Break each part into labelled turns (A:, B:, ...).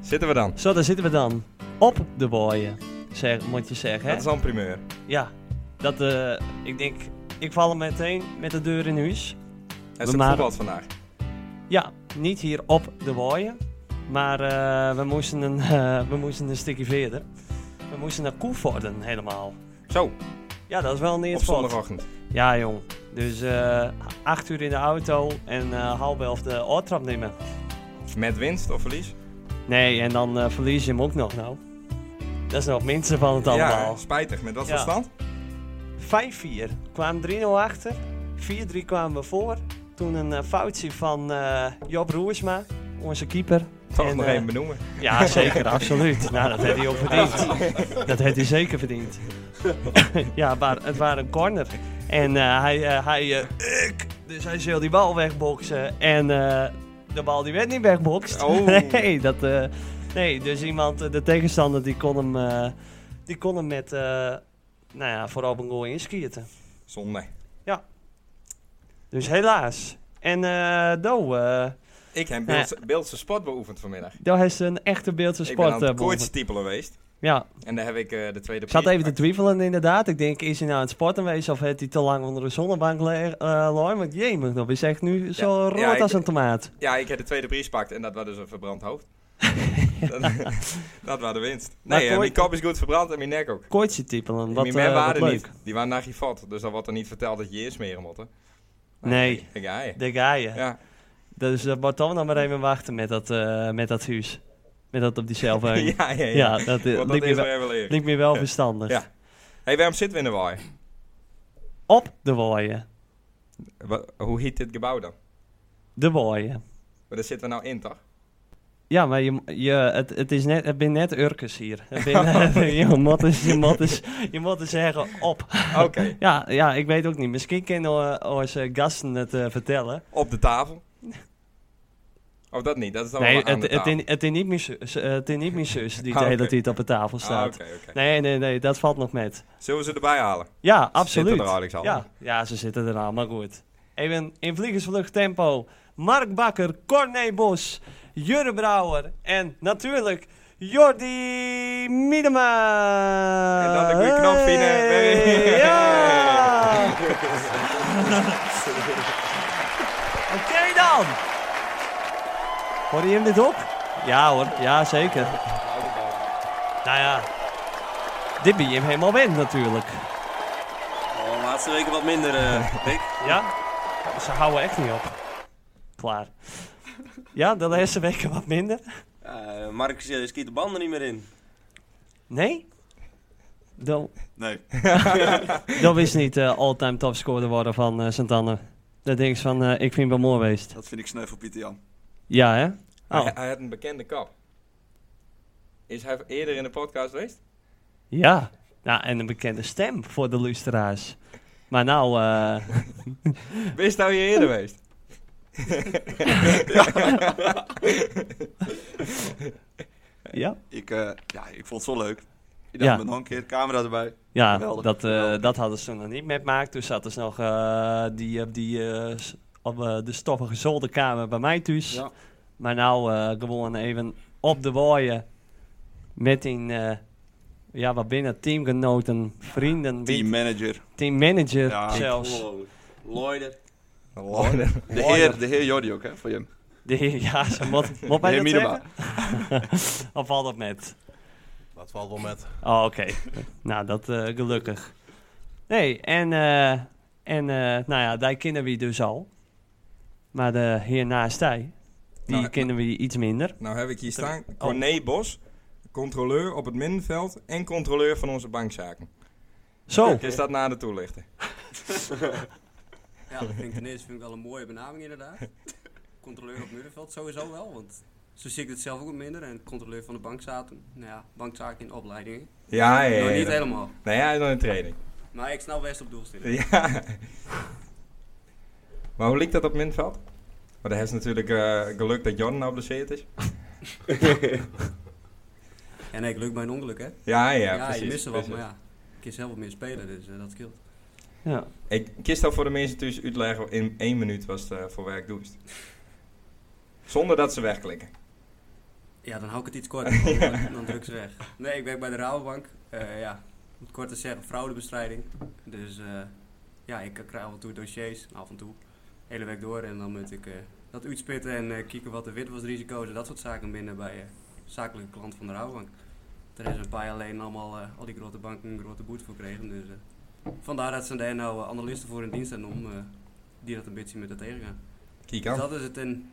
A: Zitten we dan?
B: Zo, daar zitten we dan. Op de boyen, zeg, moet je zeggen. Hè?
A: Dat is al een primeur.
B: Ja, dat, eh, ik denk, ik val er meteen met de deur in huis.
A: En ze
B: maken-
A: voetbalt vandaag.
B: Ja, niet hier op de boyen, maar eh, we, moesten een, eh, we moesten een stukje verder. We moesten naar Koevorden helemaal.
A: Zo,
B: Ja, dat is wel een
A: op
B: eerste
A: zondagochtend.
B: Ja, jong. Dus eh acht uur in de auto en eh half elf de oortrap nemen.
A: Met winst of verlies?
B: Nee, en dan eh, verlies je hem ook nog, nou. Dat is nog het minste van het allemaal.
A: Ja, spijtig. Met wat
B: Ja.
A: voor stand?
B: 5-4. Kwamen 3-0 achter. 4-3 kwamen we voor. Toen een eh, foutje van eh Job Roersma, onze keeper.
A: Toch
B: En,
A: nog
B: eh,
A: één benoemen.
B: Ja, zeker, absoluut. Nou, dat heeft hij ook verdiend. Dat heeft hij zeker verdiend. ja, maar het waren een corner. En eh, hij, eh, hij eh, ik. dus hij zou die bal wegboksen. En eh, de bal die werd niet wegbokst.
A: Oh.
B: Nee, dat, eh, nee, dus iemand, eh, de tegenstander, die kon hem, eh, die kon hem met, eh, nou ja, voor open goal inskieten.
A: Zonde.
B: Dus helaas. En eh Do, eh
A: Ik heb
B: Ja.
A: Beeldse, Beeldse sport beoefend vanmiddag.
B: Do heeft een echte beeldse
A: ik ben
B: sport.
A: aan
B: eh,
A: het
B: beoefend.
A: koortstiepelen geweest.
B: ja,
A: En daar heb ik eh, de tweede
B: ik zat
A: prijs
B: even
A: gepakt.
B: te twijfelen inderdaad. Ik denk, is hij nou aan het sporten geweest of heeft hij te lang onder de zonnebank liggen? Want jemig, dat is echt nu zo
A: Ja,
B: rood
A: ja, ik-
B: als een tomaat.
A: Ja, ik heb de tweede prijs gepakt en dat was dus een verbrand hoofd. dat, dat was de winst.
B: Maar
A: Nee, eh,
B: kooi-
A: mijn kop is goed verbrand en mijn nek ook.
B: Koortje typelen, wat,
A: mijn
B: eh,
A: men
B: wat
A: waren
B: leuk.
A: niet. Die waren naar Gifat, dus dan wordt er niet verteld dat je insmeren moet. hè. Nou,
B: Nee.
A: ik- ik ga je.
B: De gaaien.
A: Ja,
B: Dus dat wordt dan nog maar even wachten met dat, eh, met dat huis. Met dat op die
A: ja,
B: cellfoon.
A: ja. ja.
B: Ja, dat, eh,
A: Want dat
B: lijkt, me
A: is
B: wel,
A: weer even leren.
B: lijkt me wel verstandig.
A: Ja. hey, waarom zitten we in de waai?
B: Op de wooien.
A: Wa- Hoe heet dit gebouw dan?
B: De wooien.
A: Maar daar zitten we nou in, toch?
B: Ja, maar je, je, het, het is net, het ben net Urkes hier. Het ben- je, moet eens, je, moet eens, je moet eens zeggen op.
A: Oké,
B: Ja, ja, ik weet ook niet. Misschien kunnen eh, onze gasten het eh, vertellen.
A: op de tafel. Of dat niet, dat is dan
B: nee,
A: wel aan
B: het,
A: de
B: het,
A: tafel.
B: in, het is niet mijn zus, eh, het is niet mijn zus die de
A: Ah,
B: hele
A: oké.
B: tijd op de tafel
A: Ah,
B: staat.
A: oké, oké.
B: Nee, nee, nee, dat valt nog met.
A: Zullen we ze erbij halen?
B: Ja,
A: Zitten er
B: absoluut.
A: eigenlijk al.
B: Ja, ja, ze zitten er al, maar goed. Even in vliegensvlucht tempo. Mark Bakker, Corné Bos, Jurre Brouwer en natuurlijk Jordi Miedema.
A: En dan de goede knop vinden.
B: Ah, Hey, Ja! Oké dan! Hoor je hem dit ook? Ja hoor, ja zeker. Nou ja, dit ben je hem helemaal wend natuurlijk.
C: Oh, de laatste weken wat minder, eh Rick.
B: Ja? Ze houden echt niet op. Klaar. Ja, de laatste weken wat minder.
C: Eh, Mark eh, schiet de banden niet meer in.
B: Nee? Dat
D: Nee.
B: dat is niet eh all-time topscorer worden van eh Sint-Anne. Dat ding is van, eh, ik vind wel mooi geweest.
D: Dat vind ik sneuvel Pieter Jan.
B: Ja, hè? Oh,
A: Hij, hij had een bekende kap. Is hij eerder in de podcast geweest?
B: ja. Nou, en een bekende stem voor de luisteraars. Maar nou, eh,
A: Wist nou hier eerder geweest?
B: ja,
D: Ik, eh, ja, ik vond het zo leuk. Ik
B: Ja.
D: dacht, met nog een keer camera erbij.
B: ja
D: Geweldig,
B: dat, eh,
D: geweldig.
B: dat hadden ze toen nog niet meegemaakt. Toen zaten ze nog eh, die, op die, eh, s- op eh, de stoffige zolderkamer bij mij thuis.
D: Ja.
B: Maar nou eh, gewoon even op de waaien met een, eh, ja, wat binnen teamgenoten, vrienden,
D: Team manager.
B: teammanager
D: Ja.
B: zelfs.
C: Lo- Loider.
D: De heer, de heer Jordi ook, hè, voor hem.
B: De, ja, ze moet, moet
D: De
B: mij dat
D: heer Miedema.
B: zeggen? Of valt dat met?
E: Dat valt wel met.
B: Oh, oké. nou, dat eh, gelukkig. Nee, en, eh, en eh, nou ja, daar kennen we dus al. Maar de heer naast hij, die
A: Nou,
B: kennen we iets minder.
A: Nou heb ik hier staan Corné Bos, controleur op het middenveld en controleur van onze bankzaken.
B: Zo,
A: Is dat na de toelichten?
F: Ja, dat vind ik ten eerste vind ik wel een mooie benaming inderdaad. Controleur op Murenveld sowieso wel, want zo zie ik het zelf ook wat minder. En controleur van de bankzaken, nou ja, bankzaken in opleidingen.
A: Ah, Ja, ja,
F: Nog
A: ja.
F: niet
A: ja.
F: helemaal,
A: Nee, hij is nog in training.
F: maar ik snap best op doelstelling.
A: Ja. Maar hoe ligt dat op Minveld? Maar dat is natuurlijk eh, geluk dat Jordan nou blesseerd is.
F: En nee, geluk bij een ongeluk hè.
A: Ja, ja,
F: Ja,
A: precies.
F: je mist er wat, maar
A: precies.
F: ja, ik kan zelf wat meer spelen, dus eh, dat scheelt.
B: ja.
A: Ik kies dat voor de mensen thuis uitleggen in één minuut was het eh, voor werk doest. Zonder dat ze wegklikken.
F: Ja, dan hou ik het iets kort. Dan, dan druk ze weg. Nee, ik werk bij de Rabobank. Eh, ja, om het kort te zeggen, fraudebestrijding. Dus eh, ja, ik krijg af en toe dossiers, af en toe. De hele week door en dan moet ik eh, dat uitspitten en eh, kijken wat de witwasrisico's en dat soort zaken binnen bij eh zakelijke klant van de Rabobank. Er is een paar jaar alleen allemaal eh, al die grote banken een grote boete voor kregen. Dus eh, vandaar dat ze daar nou eh, analisten voor in dienst zijn om eh, die dat een beetje met dat tegengaan.
A: Kijk
F: Dus
A: aan.
F: dat is het in.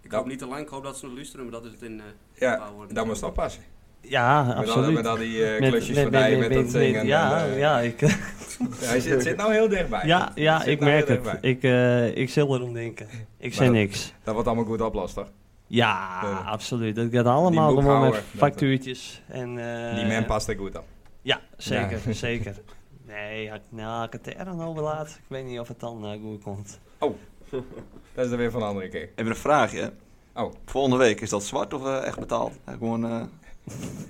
F: Ik
A: Dat-
F: hoop niet te lang, ik hoop dat ze nog luisteren, maar dat is het in. eh, een
A: Ja,
F: paar woorden.
A: dat moest oppassen.
B: Ja,
A: Met al,
B: absoluut.
A: met al die eh, klusjes van mij, met dat zingen. en,
B: Ja,
A: eh,
B: ja, ik,
A: Hij zit, zit nou heel dichtbij.
B: ja, ja
A: Zit
B: ik
A: nou
B: merk
A: heel
B: het.
A: dichtbij.
B: Ik, eh, ik zal erom denken. Ik
A: Maar
B: zeg
A: dat-
B: niks.
A: Dat wordt allemaal goed oplost, toch?
B: Ja,
A: Ja.
B: absoluut. Dat gaat allemaal gewoon met
A: boekhouder, dat-
B: factuurtjes. En, eh,
A: Die man past er goed op.
B: Ja, zeker, zeker. Nee, had- nou, ik het er dan overlaat. Ik weet niet of het dan eh, goed komt.
A: Dat is er weer van een andere keer.
D: Even een vraagje.
A: Oh.
D: Volgende week, is dat zwart of eh, echt betaald? Eh, Gewoon, eh,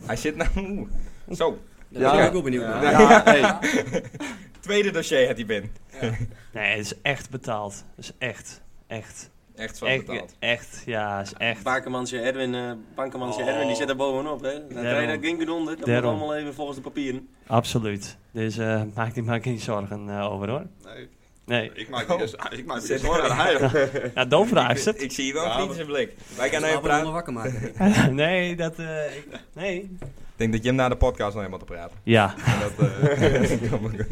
A: Hij zit nou... Oeh. Zo,
F: Daar
D: Ja.
F: ben ik ook wel benieuwd
A: Ja.
F: naar.
D: Ja, hey.
A: tweede dossier had hij binnen.
B: Nee, het is echt betaald. Het is echt, echt.
A: Echt zwart
B: Echt,
A: betaald.
B: echt, ja, het is echt.
C: Bakermansje Erwin, eh Bankermansje Erwin, die zit
F: Oh.
C: daar bovenop. Hè. Dan krijg je
B: Daarom.
C: dat ding eronder. Dat moet
B: Daarom.
C: allemaal even volgens de papieren.
B: Absoluut. Dus eh, maak je maar geen zorgen eh, over hoor.
D: nee,
B: Nee,
D: ik maak niet eens- ik maak niet
A: Zit-
D: eens zorgen aan hij.
B: nou, dan vraagt ze
A: Ik, ik zie wel een
D: Ja,
A: kritische blik. Wij gaan
F: Laten we
A: even
F: hem
A: praten.
F: onder wakker maken.
B: het. nee, dat. eh, ik- nee.
A: Ik denk dat je hem na de podcast nog helemaal te praten.
B: Ja.
A: Maar dat, eh, komt wel goed.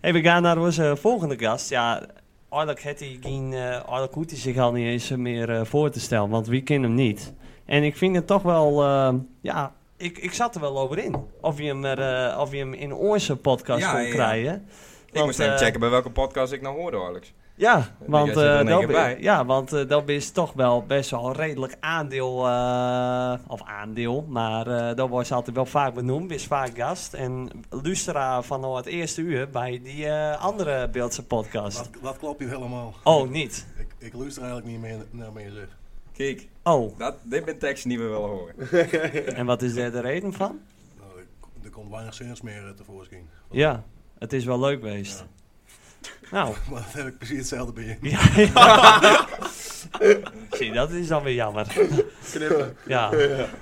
B: Hey, we gaan naar onze volgende gast. Ja, eigenlijk had hij geen, eh, eigenlijk hoeft hij zich al niet eens meer eh, voor te stellen, want wie kent hem niet? En ik vind het toch wel, eh, ja, ik, ik zat er wel over in. Of je hem, er, eh, of je hem in onze podcast
A: Ja,
B: kon
A: ja, ja.
B: krijgen.
A: Ik moest
B: eh,
A: even checken bij welke podcast ik nou hoorde, Alex.
B: Ja, want,
A: jij zit er
B: eh,
A: in één
B: dat,
A: keer
B: be-
A: bij.
B: ja, want eh, dat is toch wel best wel een redelijk aandeel, eh, of aandeel, maar eh, dat wordt altijd wel vaak benoemd, is vaak gast. En Lustra van al het eerste uur bij die eh, andere Beeldse podcast.
E: Dat, dat klopt niet helemaal.
B: Oh, niet.
E: Ik, ik luister eigenlijk niet meer naar meer eh, zeg.
A: Kijk,
B: Oh,
A: dat, dit ben tekst die we willen horen.
B: en wat is daar de reden van?
E: Nou, er, er komt weinig zinnigs meer eh, tevoorschijn.
B: Ja, het is wel leuk geweest. Nou,
E: Maar dat heb ik precies hetzelfde bij je.
B: ja, ja. Zie, dat is dan weer jammer. Ja,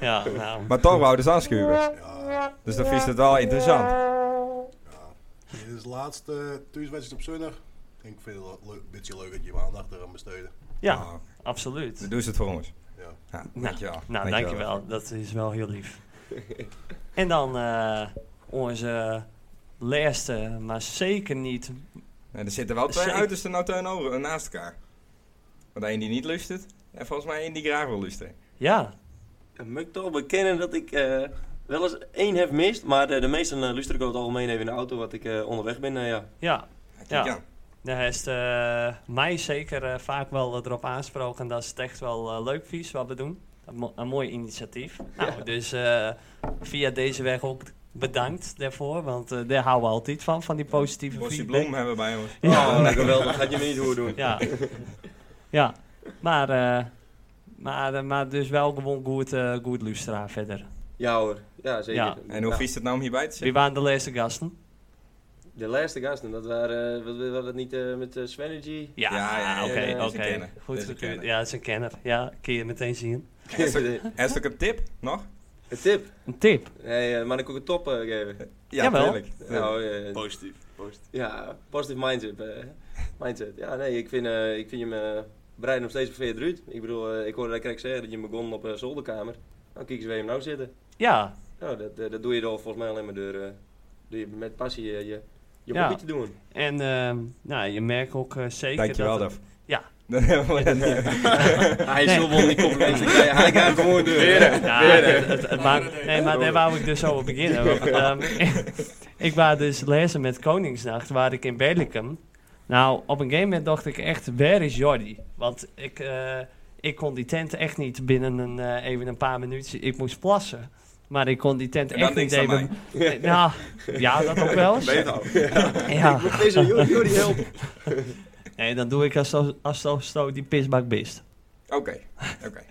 B: ja, nou.
A: Maar toch wouden ze aanschuwen. Dus dat is het wel interessant.
E: Dit is de laatste eh, thuiswedstrijd op zondag. Ik denk, ik vind het wel leuk- een beetje leuk dat je je aandacht eraan besteedt.
B: Ja,
A: Nou,
B: absoluut.
A: dan doen ze het voor ons.
E: Ja.
A: Ja,
B: Nou,
A: dankjewel.
B: Nou, dankjewel. Dat is wel heel lief. en dan eh, onze laatste, maar zeker niet...
A: En er zitten wel twee
B: Zeker.
A: uitersten nou tegenover, naast elkaar. Want één die niet lustert, en volgens mij één die graag wil lusteren.
B: Ja,
C: Dan moet ik toch bekennen dat ik eh, wel eens één heb mist. Maar eh, de meesten uh, luister ik over het algemeen even in de auto wat ik eh, onderweg ben. eh, ja.
B: ja.
A: Ja.
B: Ja. Daar heeft eh, mij zeker eh, vaak wel eh, erop aansproken dat ze het echt wel eh, leuk vies wat we doen. Een, mo- een mooi initiatief. Nou, dus eh, via deze weg ook bedankt daarvoor, want eh, daar houden we altijd van, van die positieve
A: Bosje
B: feedback.
A: Bloem hebben we bij ons.
B: Ja.
C: Oh, geweldig. Had je me niet horen doen.
B: Ja. ja. Maar, eh, maar, eh, maar dus wel gewoon goed, eh goed luisteraar verder.
C: Ja hoor. Ja, zeker.
B: Ja.
A: En hoe
C: Ja.
A: vies is het nou om hierbij te
B: Wie
A: zitten?
B: waren de laatste gasten?
C: De laatste gasten, dat waren, eh, wat wat- wat het niet eh, met eh Svenergy?
B: Ja,
A: Ja, ja, ja,
B: oké,
C: ja, ja, dat
A: is een
B: oké.
A: kenner. Dat
B: Goed
A: is een
B: gekund.
A: kenner.
B: Ja, dat is een kenner. Ja, kun je meteen zien.
C: Een
A: En stuk een tip nog?
C: tip.
B: Een tip.
C: Nee, eh, maar ik ook een top eh, geven.
B: Jawel.
A: tuurlijk.
C: Nou, eh,
D: Positief. positief.
C: ja, positive mindset. eh. mindset. Ja, nee, ik vind, eh, ik vind je me brein nog steeds verveerd uit. Ik bedoel, eh, ik hoorde dat ik zeggen dat je begon op een zolderkamer. Nou, kijk eens waar je hem nou zitten.
B: Ja,
C: Nou, dat, eh, dat doe je dan volgens mij alleen maar door, eh, door je met passie eh, je, je
B: Ja.
C: hobby te doen.
B: en ehm, nou, je merkt ook eh, zeker
A: Dankjewel
B: dat...
A: daarvoor.
B: Ja.
A: Dan hebben we dat niet.
C: Hij is
B: Nee.
C: zo wel die complimenten krijgen. Hij gaat gewoon door. Weer,
B: Ja, het- het- het maakt- nee, maar daar wou ik dus over beginnen. want, ehm, ik was dus lezen met Koningsnacht, waar ik in Berlicum. Nou, op een gegeven moment dacht ik echt, waar is Jordi? Want ik, eh, ik kon die tent echt niet binnen een, eh, even een paar minuutjes. Ik moest plassen. Maar ik kon die tent
A: En
B: echt
A: dan
B: niet
A: niks aan mij.
B: even... Eh, Nou, ja, dat ook wel eens.
D: Beter ook.
B: Ja.
C: Moet deze Jordi Jordi helpen.
B: Nee, dan doe ik als zo- als zo- zo die pisbak bist.
A: Oké, oké.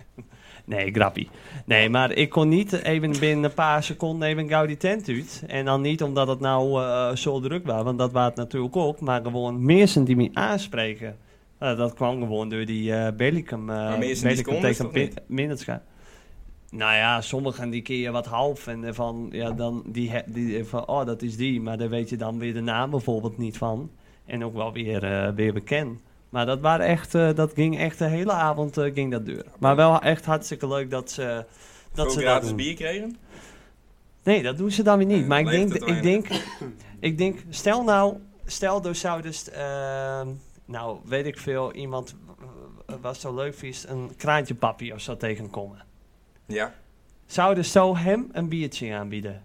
B: Nee, grappie. Nee, maar ik kon niet even binnen een paar seconden even gauw die tent uit. En dan niet omdat het nou eh, zo druk was, want dat was het natuurlijk ook. Maar gewoon mensen die me aanspreken. Eh, dat kwam gewoon door die eh Bellicum. eh
A: Maar mensen die
B: Bellicum
A: seconden, is
B: tegen
A: dat niet?
B: Pin- Minnesota. Nou ja, sommigen die keer je wat half en eh, van, ja, dan die, he- die eh, van, oh dat is die, maar daar weet je dan weer de naam bijvoorbeeld niet van. En ook wel weer, eh, weer bekend. Maar dat, waren echt, eh, dat ging echt de hele avond eh, ging dat duren. Maar wel echt hartstikke leuk dat ze dat,
A: Veel
B: ze dat
A: gratis
B: doen.
A: bier kregen.
B: Nee, dat doen ze dan weer niet.
A: Nee,
B: Maar ik
A: dan leeft
B: denk,
A: het
B: ik denk, ik denk, stel nou, stel dus zou dus, ehm, nou weet ik veel, iemand eh, was zo leuk vies, een kraantje papi of zo tegenkomen.
A: Ja.
B: Zouden zo hem een biertje aanbieden?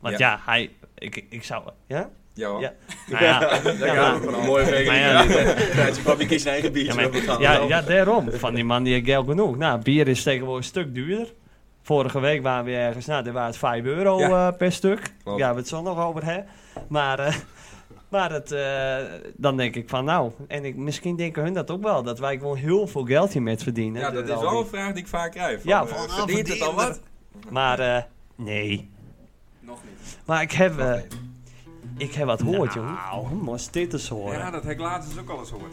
B: Want ja,
A: Ja.
B: hij, ik, ik zou, ja?
A: Ja, hoor.
B: Ja. Nou ja, ja, maar-
C: Mooi
B: Maar
C: vegan.
B: ja.
C: Ja, je papi kiest zijn eigen
B: Ja,
C: biertje.
B: maar-
C: we gaan
B: ja,
C: wel.
B: ja, daarom. Van die man die heeft geld genoeg. Nou, bier is tegenwoordig een stuk duurder. Vorige week waren we ergens, nou, daar waren het 5 euro
A: Ja.
B: eh, per stuk.
A: Klopt.
B: Ja, we het zo nog over, hè. Maar, eh, maar het, eh, dan denk ik van, nou, en ik, misschien denken hun dat ook wel. Dat wij gewoon heel veel geld hiermee verdienen.
A: Ja, dat
B: Dus
A: is wel
B: al
A: een
B: die-
A: vraag die ik vaak krijg.
B: Ja,
A: eh,
B: van, ah,
A: verdient het al
B: verdient
A: wat?
B: Maar, eh, nee.
F: Nog niet.
B: Maar ik heb, eh, ik heb wat hoort,
F: Nou.
B: joh. moest dit eens horen.
G: Ja, dat heb ik laatst dus ook al eens gehoord.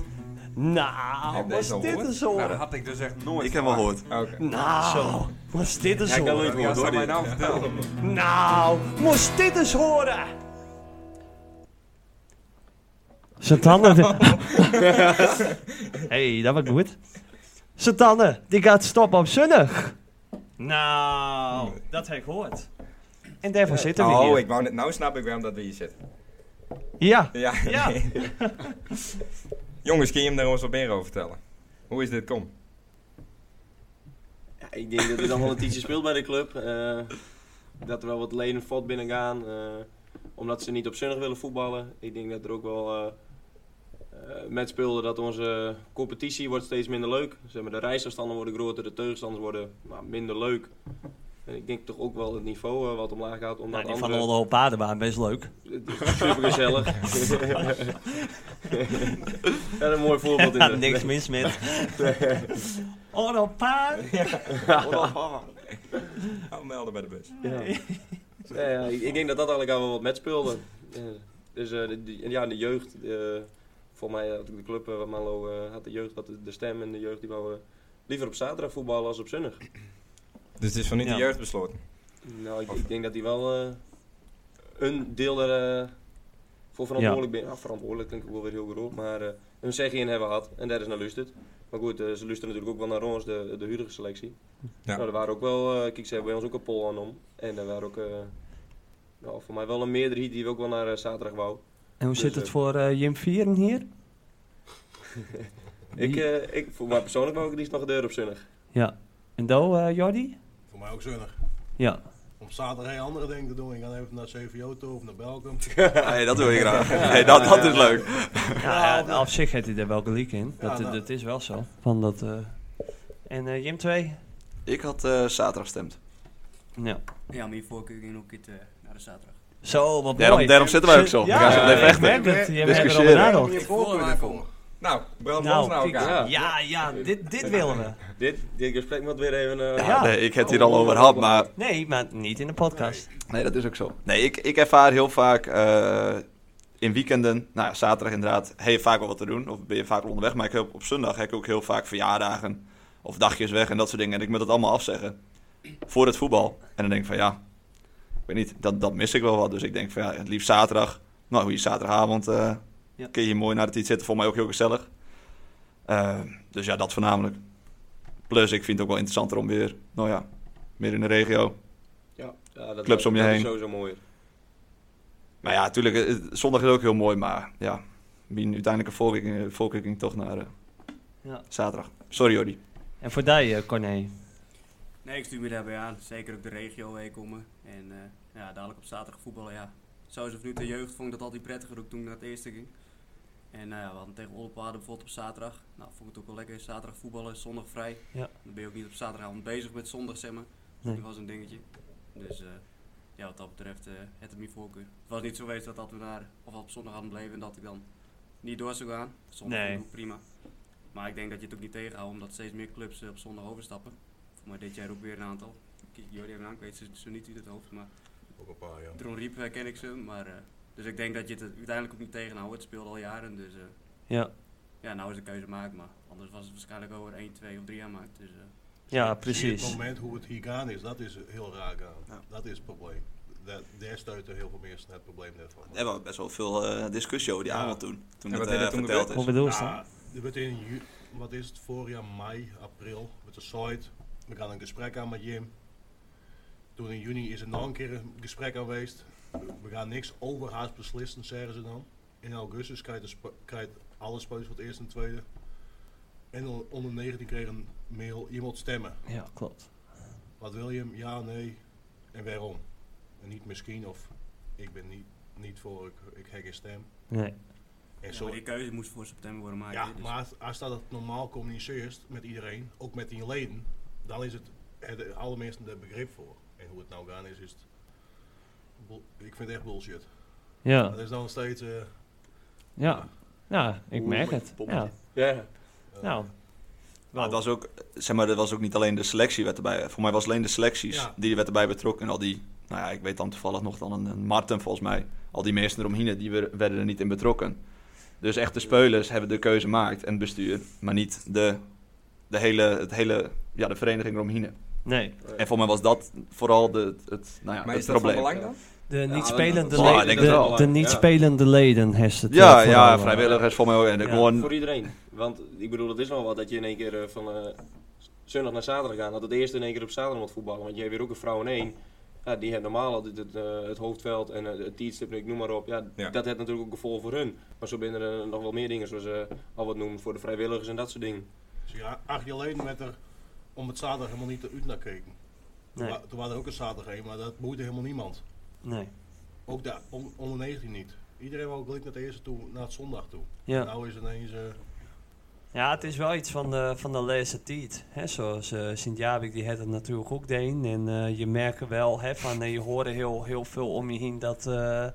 B: Nou,
A: Heb je
B: moest
A: deze al
B: dit
A: gehoord?
B: eens
G: Nou, dat
B: horen.
G: had ik dus echt nooit.
D: Ik heb wel gehoord.
A: Oké.
B: Nou, moest dit eens
C: Ja, ik kan
B: horen.
C: nooit
G: Ja,
C: gehoord
G: dat
C: hoor.
G: mij
C: dit.
G: nou vertellen.
B: Nou, moest dit eens horen! Zijn tanden. hey, dat was goed. Zijn tanden, die gaat stoppen op zonnig. Nou, dat heb ik gehoord. En daarvoor zitten we
A: Oh,
B: hier.
A: ik wou net, nou snap ik waarom dat we hier zitten.
B: Ja,
A: Ja.
B: Ja.
A: Jongens, kun je hem daar ons wat meer over vertellen? Hoe is dit kom?
C: Ja, ik denk dat er dan wel een tientje speelt bij de club. Eh, dat er wel wat lenen valt binnengaan. eh, omdat ze niet op zonnig willen voetballen. Ik denk dat er ook wel eh, eh, met speelde dat onze eh, competitie wordt steeds minder leuk. Zeg maar, de reisafstanden worden groter, de tegenstanders worden nou, minder leuk. En ik denk toch ook wel het niveau eh, wat omlaag gaat. Omdat
B: nou, die van
C: andere-
B: Olde Paarden waren best leuk.
C: Het is Supergezellig. ja, een mooi voorbeeld in
B: Ja, niks mis met. Olde Paarden.
A: Oh, melden bij de bus.
C: Ja. Ja, ja, ik ik denk dat dat eigenlijk al wel wat met speelde. Ja. Dus eh, de- de- ja, de jeugd. eh voor mij had de club eh, van Malo eh, had de jeugd had de, de stem en de jeugd die wou eh, liever op zaterdag voetballen als op zondag.
A: Dus het is van niet
B: Ja.
A: de jeugd besloten.
C: Nou, ik, ik denk dat die wel eh, een deel er eh, voor verantwoordelijk ben. Ah, verantwoordelijk klinkt ook wel weer heel groot, maar eh hun zeggen in hebben gehad en daar is naar luisterd. Maar goed, eh, ze luisteren natuurlijk ook wel naar ons, de, de huurige selectie.
A: Ja.
C: Nou, er waren ook wel, eh, kijk, ze hebben bij ons ook een poll aan om. En er waren ook, eh, nou, voor mij wel een meerderheid die we ook wel naar eh, zaterdag wou.
B: En hoe
C: Dus,
B: zit het
C: eh,
B: voor eh, Jim Vieren hier?
C: Ik, eh, ik, voor mij persoonlijk wou ik het liefst nog een deur op zonnig.
B: Ja. En Do, eh Jordi?
E: Voor mij ook zonnig.
B: Ja.
E: Om zaterdag geen andere dingen te doen. Ik ga even naar CVO toe of naar Belgium.
D: Hey, dat wil je graag. Hey, dat, dat is leuk.
B: Ja, ja, op zich heeft hij er wel gelijk in.
E: Ja,
B: Dat,
E: nou.
B: dat is wel zo. Van dat, eh, En eh, Jim 2?
D: Ik had eh, zaterdag gestemd.
B: Ja.
F: Ja, maar hiervoor kun je ook een keer te- naar de zaterdag.
B: Zo, wat
D: Daarom-
B: mooi.
D: daarom zitten wij ook
B: Ja,
D: zo. We gaan zo meteen
B: ik
D: vechten.
B: merk het. Je hebt er
D: Discussiëren.
B: over nagedacht.
E: je
F: voel
E: voor kunnen
F: hem
E: komen.
A: Nou, brand ons nou
B: Nou,
A: elkaar.
B: kijk, ja, ja, dit, dit willen we.
C: Dit, dit gesprek moet weer even... eh,
D: Ja,
B: Ja.
D: Nee, ik heb het hier al over gehad, maar
B: Nee, maar niet in de podcast.
D: Nee, dat is ook zo. Nee, ik, ik ervaar heel vaak eh, in weekenden, nou ja, zaterdag inderdaad, heb je vaak wel wat te doen. Of ben je vaak onderweg. Maar ik heb op zondag heb ik ook heel vaak verjaardagen of dagjes weg en dat soort dingen. En ik moet dat allemaal afzeggen voor het voetbal. En dan denk ik van ja, ik weet niet, dat, dat mis ik wel wat. Dus ik denk van ja, het liefst zaterdag. Nou, hier zaterdagavond eh,
B: Ja.
D: kun je hier mooi naar het iets zitten. Voor mij ook heel gezellig. Eh, dus ja, dat voornamelijk. Plus, ik vind het ook wel interessanter om weer, nou ja, meer in de regio.
C: ja, ja, dat,
D: Clubs om je
C: dat
A: dus
D: heen.
C: is sowieso mooier.
D: Maar ja, natuurlijk, eh, eh, zondag is ook heel mooi, maar ja, mijn uiteindelijke voorkeur- eh, voorkeur ging toch naar eh,
B: Ja.
D: zaterdag. Sorry Jordi.
B: En voor die, eh, Corné.
F: Nee, ik stuur me daarbij aan. Zeker ook de regio meekomen. En eh, ja, dadelijk op zaterdag voetballen, ja. Zoals of nu de jeugd vond ik dat altijd prettiger ook toen ik naar het eerste ging. En nou ja, we hadden tegen Olpaarden bijvoorbeeld op zaterdag. Nou, vond ik het ook wel lekker. Zaterdag voetballen, zondag vrij.
B: Ja.
F: Dan ben je ook niet op zaterdagavond bezig met zondag, zeg maar.
B: Nee.
F: Dat was een dingetje. Dus eh, ja, wat dat betreft, eh het had mijn voorkeur. Het was niet zo geweest dat, dat we daar of op zondag hadden bleven en dat ik dan niet door zou gaan. Zondag
B: Nee.
F: vond ik ook prima. Maar ik denk dat je het ook niet tegenhoudt, omdat steeds meer clubs eh, op zondag overstappen. Voor mij dit jaar ook weer een aantal. Kijk, Jordi en Ank weet ze, ze niet uit het hoofd, maar
E: Ook een paar, ja.
F: Dron Riep eh, ken ik ze. Maar, eh, dus ik denk dat je het uiteindelijk ook niet tegenhoudt. Het speelde al jaren, dus eh,
B: Ja.
F: ja, nou is de keuze maak. Maar anders was het waarschijnlijk over 1, 2 of 3 jaar maakt. Dus eh,
B: Ja,
E: Zie je
B: precies.
E: het moment hoe het hier gaan is, dat is heel raar gaan.
D: Ja.
E: Dat is het probleem. Dat, daar stuiten heel veel mensen het probleem net van.
D: Daar hebben we best wel veel eh, discussie over die
E: Ja.
D: avond toen. Toen
A: En
D: dat
A: wat
D: eh,
A: heb je toen
D: verteld
B: Wat
D: is.
B: bedoel je
E: Ja,
B: dan?
E: er wordt in ju- wat is het, vorig jaar mei, april, met de site. We gaan een gesprek aan met Jim. Toen in juni is er nog een keer een gesprek aan geweest. We gaan niks overhaast beslissen, zeggen ze dan. In augustus krijg je, de sp- krijg je alle spelers voor het eerste en tweede. En on- onder 19 kreeg een mail, je moet stemmen.
B: Ja, klopt.
E: Wat wil je hem? Ja, nee. En waarom? En niet misschien of ik ben niet, niet voor, ik, ik heb geen stem.
B: Nee.
E: En
F: Ja,
E: zo,
F: maar die keuze moest voor september worden gemaakt.
E: ja,
F: hè, dus-
E: maar als, als dat het normaal communiceert met iedereen, ook met die leden, dan is het, hebben alle mensen er begrip voor. En hoe het nou gaan is, is het, bul- ik vind het echt bullshit.
B: Ja,
E: Dat is dan nog steeds, eh,
B: ja. Ja, ik
D: Oeh,
B: merk
D: met
B: het.
D: poppen.
B: Ja,
C: Ja,
E: eh,
B: nou.
D: Maar het was ook, zeg maar, er was ook niet alleen de selectie werd erbij. Voor mij was alleen de selecties
E: Ja.
D: die werd erbij betrokken. En al die, nou ja, ik weet dan toevallig nog dan een, een Marten volgens mij. Al die meesten eromheen, die wer- werden er niet in betrokken. Dus echt de spelers hebben de keuze gemaakt en het bestuur. Maar niet de, de hele, het hele, ja, de vereniging eromheen.
B: Nee,
D: En voor mij was dat vooral de, het, nou ja,
A: Maar
D: het
A: is dat van
D: probleem.
A: belang dan?
B: de
C: dat-
B: niet spelende,
D: dat-
B: le-
D: Oh, ik denk
B: de,
D: het wel.
B: de niet
C: Ja.
B: spelende leden heeft het.
D: ja,
B: eh, vooral,
D: ja,
B: eh,
D: vrijwilligers voor mij ook. En
B: Ja.
D: gewoon,
C: voor iedereen. Want ik bedoel, dat is nog wat dat je in één keer eh, van eh, z- zondag naar zaterdag gaat. Dat het eerste in één keer op zaterdag moet voetballen. Want je hebt weer ook een vrouw in één. Ja, die hebben normaal altijd het, eh, het hoofdveld en eh, het teamstip, ik noem maar op. Ja,
A: Ja.
C: Dat heeft natuurlijk ook gevolg voor hun. Maar zo binnen er nog wel meer dingen, zoals eh, al wat noemen voor de vrijwilligers en dat soort dingen.
E: dus ja, acht jaar geleden werd er om het zaterdag helemaal niet uit naar keken. Toen,
B: Nee.
E: wa- toen waren er ook een zaterdag heen, maar dat boeide helemaal niemand.
B: Nee.
E: Ook daar, on- onder 19 niet. Iedereen wou gelijk naar de eerste toe, naar het zondag toe.
B: Ja.
E: Nou is ineens, eh,
B: ja, het is wel iets van de, van de laatste tijd. Hè? Zoals eh Sint-Jabik, die had het natuurlijk ook deed. En eh, je merkt wel, hè, van, eh, je hoorde heel, heel veel om je heen dat... eh,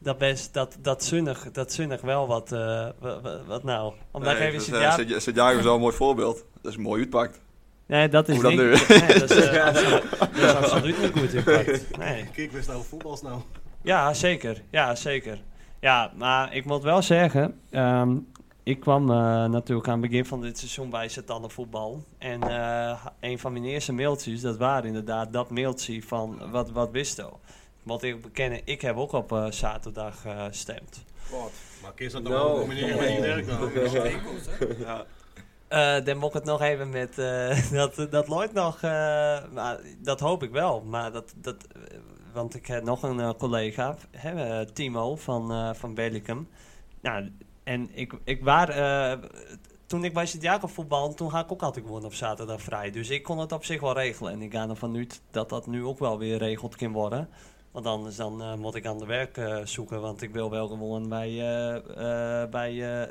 B: dat best, dat, dat zinnig, dat zinnig wel wat, eh, wa- wa- wat nou. Omdat
D: Nee,
B: even
D: dus, eh,
B: Sint-Jabik...
D: Sint- Sint-Jago is wel een mooi voorbeeld. Dat is mooi uitpakt.
B: Nee, dat is
D: Hoe dan
B: niet-
D: nu?
B: Nee, dat is, eh, absolu- dat is absoluut niet goed. impact. Nee.
E: kijk, we staan voetbals nou.
B: Ja, zeker. Ja, zeker. Ja, maar ik moet wel zeggen, ehm, ik kwam eh, natuurlijk aan het begin van dit seizoen bij Satannen Voetbal. En eh, een van mijn eerste mailtjes, dat waren inderdaad dat mailtje van wat, wat wist je? Want ik moet bekennen, ik heb ook op eh, zaterdag eh, gestemd.
E: Maar kies dat dan
C: Nou.
E: wel combineren met je werk dan?
F: Overeenkomst, hè?
B: Eh, dan moet ik het nog even met. eh, dat, dat looit nog. eh, maar dat hoop ik wel. Maar dat, dat, eh, want ik heb nog een eh, collega, hè, eh, Timo van, eh van Bellicum. Nou, en ik, ik waar. eh, toen ik bij Sint-Jacob voetbal, toen ga ik ook altijd gewoon op zaterdag vrij. Dus ik kon het op zich wel regelen. En ik ga ervan uit dat dat nu ook wel weer regeld kan worden. Want anders dan eh, moet ik aan de werk eh, zoeken. Want ik wil wel gewoon bij, eh, eh, bij eh,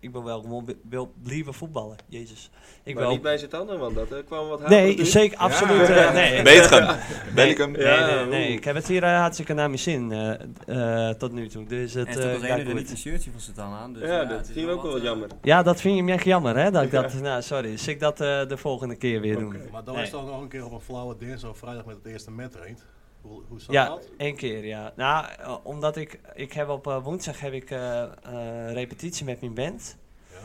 B: ik wil wel gewoon be- wil blijven voetballen. Jezus. Ik
C: maar
B: wil.
C: niet bij z'n tanden, want dat eh, kwam wat hard.
B: Nee, zeker absoluut. eh, nee.
D: Beetgen. Bellicum.
B: Nee,
C: Ja,
B: nee, nee, nee.
C: oeh.
B: Ik heb het hier eh, hartstikke naar mijn zin eh, eh, tot nu toe. Dus het,
F: en toen
B: eh,
F: was de
B: gaat
F: ene er
B: goed.
F: niet een shirtje van zit dan aan. Dus,
C: Ja,
F: het
C: dat
F: is
C: vind ik ook wel wat
F: eh,
C: jammer.
B: Ja, dat vind je me echt jammer, hè? Dat ik dat, nou, sorry. Zal ik dat eh, de volgende keer weer doen?
E: Maar dan
B: Nee.
E: is toch nog een keer op een flauwe dinsdag of vrijdag met het eerste match reint. Hoe, hoe zat
B: Ja,
E: dat?
B: één keer, ja. Nou, eh, omdat ik, ik heb op eh, woensdag heb ik eh, eh, repetitie met mijn band.
E: Ja.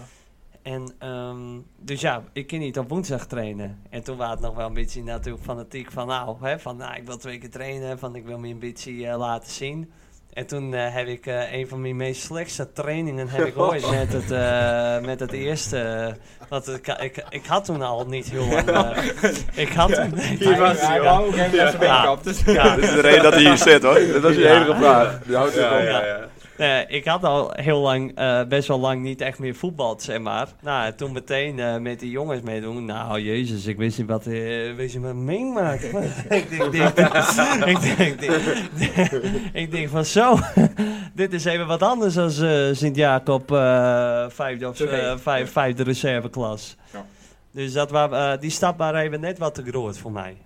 B: En, ehm, dus ja, ik kon niet op woensdag trainen. En toen was het nog wel een beetje natuurlijk fanatiek van nou, hè, van nou, ik wil twee keer trainen, van ik wil mijn ambitie eh, laten zien. En toen eh, heb ik eh, een van mijn meest slechtste trainingen heb ik ooit met het, eh, met het eerste. eh, want ik, ik, ik had toen al niet heel lang. eh, ik had toen.
G: Hier was hij,
B: Ja.
G: ja. ook geen ja.
B: Ja. Ja.
D: Dit is de reden dat hij hier zit hoor. Dit was je
B: Ja.
D: enige vraag. Je houdt
B: Ja,
D: ervan.
B: ja, Nee, ik had al heel lang, eh, best wel lang niet echt meer voetbald, zeg maar. Nou, toen meteen eh, met die jongens meedoen. Nou, jezus, ik wist niet wat, eh wist niet wat meemaakt. ik denk, ik denk, ik denk, ik denk- ik denk van zo, dit is even wat anders dan Sint-Jacob eh vijfde, of, eh, vijf, vijfde reserveklas.
A: Ja.
B: Dus dat wa- eh, die stap waren even net wat te groot voor mij.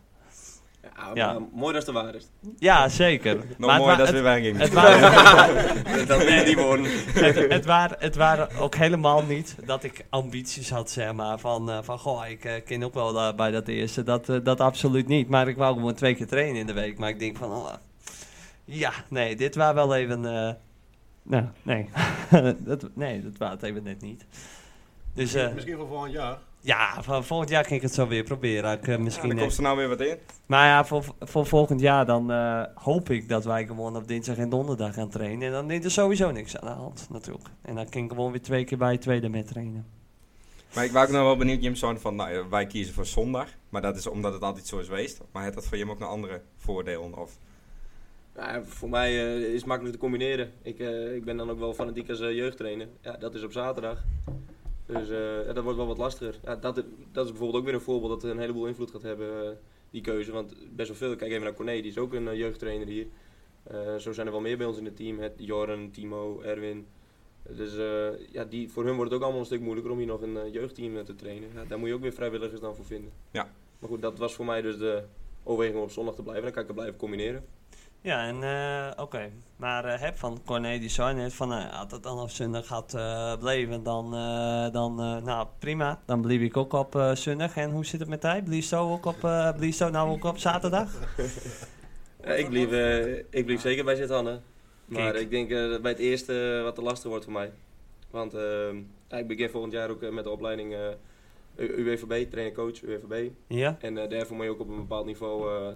C: Ja,
B: Ja.
C: maar mooi dat het waar is.
B: Ja, zeker.
A: Nou,
B: het
A: mooi
B: wa-
A: dat
B: het-
A: we weer ging.
B: het waren-
D: Dat wil je niet worden.
B: het, het, waren, het waren ook helemaal niet dat ik ambities had, zeg maar. Van, eh, van goh, ik eh, ken ook wel eh, bij dat eerste. Dat, eh, dat absoluut niet. Maar ik wou gewoon twee keer trainen in de week. Maar ik denk van, oh, ja, nee, dit was wel even... eh, nou, nee. dat, nee, dat was het even net niet. Dus, eh,
E: Misschien voor volgend jaar.
B: Ja, van volgend jaar kan ik het zo weer proberen. Ik, eh,
A: Ja,
B: misschien
A: dan komt
B: net.
A: er nou weer wat in.
B: Maar ja, voor, voor volgend jaar dan eh, hoop ik dat wij gewoon op dinsdag en donderdag gaan trainen. En dan is er sowieso niks aan de hand natuurlijk. En dan kan ik gewoon weer twee keer bij het tweede met trainen.
A: Maar ik was ook nog wel benieuwd, Jim, zo'n van, nou, ja, wij kiezen voor zondag. Maar dat is omdat het altijd zo is geweest. Maar heeft dat voor Jim ook nog andere voordelen? Of
C: Nou ja, voor mij eh, is het makkelijk te combineren. Ik, eh, ik ben dan ook wel fanatiek als eh, jeugdtrainer. Ja, dat is op zaterdag. Dus eh, ja, dat wordt wel wat lastiger. Ja, dat, dat is bijvoorbeeld ook weer een voorbeeld dat een heleboel invloed gaat hebben, eh, die keuze. Want best wel veel, kijk even naar Corné, die is ook een eh, jeugdtrainer hier. Eh, zo zijn er wel meer bij ons in het team. Het, Joren, Timo, Erwin. Dus eh, ja, die, voor hun wordt het ook allemaal een stuk moeilijker om hier nog een eh, jeugdteam eh, te trainen. Ja, daar moet je ook weer vrijwilligers dan voor vinden.
A: Ja.
C: Maar goed, dat was voor mij dus de overweging om op zondag te blijven. Dan kan ik het blijven combineren.
B: Ja, en eh, oké. Maar eh, heb van Corné die zei net van, eh, had het dan op zondag gaat eh, blijven, dan, eh, dan eh, nou prima. Dan bleef ik ook op eh, zondag. En hoe zit het met hij? Blieft zo ook op, eh blieft zo nou ook op zaterdag?
C: Ja, ik blijf, eh, ik blijf zeker bij Zit-Hanne. Maar
B: Kijk.
C: ik denk eh, dat bij het eerste wat te lastig wordt voor mij. Want ehm, ja, ik begin volgend jaar ook eh, met de opleiding eh U- UWVB, trainer-coach E UWVB.
B: Ja,
C: En eh, daarvoor moet je ook op een bepaald niveau eh,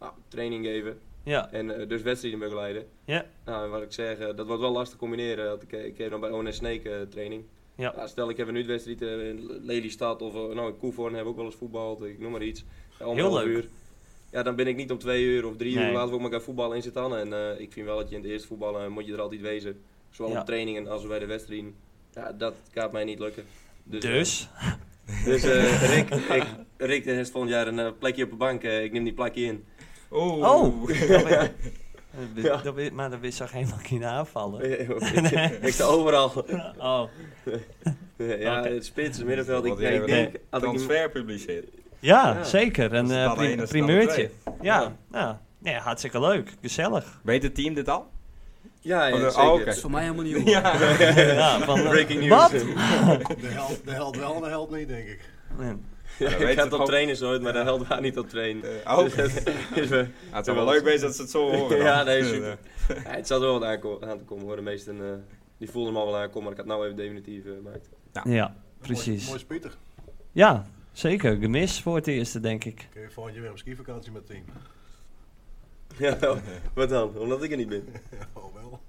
C: nou, training geven.
B: ja,
C: En eh, dus wedstrijden begeleiden.
B: Ja.
C: Nou, en wat ik zeg, eh, dat wordt wel lastig combineren. Want ik, ik heb dan bij ONS Snake eh, training.
B: Ja.
C: stel, ik heb een uitwedstrijd eh, in Lelystad of eh, nou, in Koevoorn heb ik ook wel eens voetbal. Ik noem maar iets. Ja, om
B: Heel
C: elf
B: leuk.
C: Uur. Ja, dan ben ik niet om twee uur of drie
B: Nee.
C: uur later we ook maar gaan voetballen in Zitannen. En eh, ik vind wel dat je in het eerst voetballen eh, moet je er altijd wezen. Zowel
B: Ja.
C: op trainingen als bij de wedstrijden. Ja, dat gaat mij niet lukken. Dus? eh,
B: dus.
C: dus eh, Rick, ik, Rick heeft volgend jaar een eh, plekje op de bank. eh, ik neem die plekje in.
A: Oh,
B: Oh, dat ben- dat ben-
C: Ja.
B: dat ben- maar dan wist ze helemaal geen aanvallen.
C: ik, ik sta overal. Eh,
B: Oh,
C: Ja,
B: Oké.
C: het spits, het middenveld. Ik,
A: Wat jij
C: ik
A: weer
C: denk, had ik hem-
A: transfer publiceert.
B: ja,
C: Ja.
B: zeker. Een
A: Dus
B: eh,
A: dan
B: prim-
A: één, dus dan
B: primeurtje. Ja,
C: Ja.
B: ja. Nee, hartstikke leuk. Gezellig.
A: Weet het team dit al?
C: ja, ja,
A: Oh, de-
C: zeker.
A: oh, oké.
F: is voor mij helemaal nieuw.
B: Ja, van, eh,
C: Breaking news.
B: Wat?
E: De helpt, de helpt wel en de helpt niet, denk ik.
B: Nee.
C: Ja,
A: weet
C: ik
A: het
C: had op
A: ook.
C: trainen nooit, maar daar helpt haar niet op trainen.
A: Eh, oh,
C: Dus dat is wel-
A: Ja, het is wel leuk bezig dat ze het zo horen. dan.
C: Ja, nee, super. Ja, het zat er wel wat aanko- aan te komen hoor. De meesten eh, die voelden hem al wel aankomen, maar ik had nou even definitief eh, gemaakt.
B: Ja,
E: Mooi,
B: precies.
E: mooi spieter.
B: Ja, zeker. Gemist voor het eerste, denk ik.
E: Kun je volgend jaar weer op skivakantie met het team?
C: Ja, nou, wat dan? Omdat ik er niet ben.
E: Oh wel.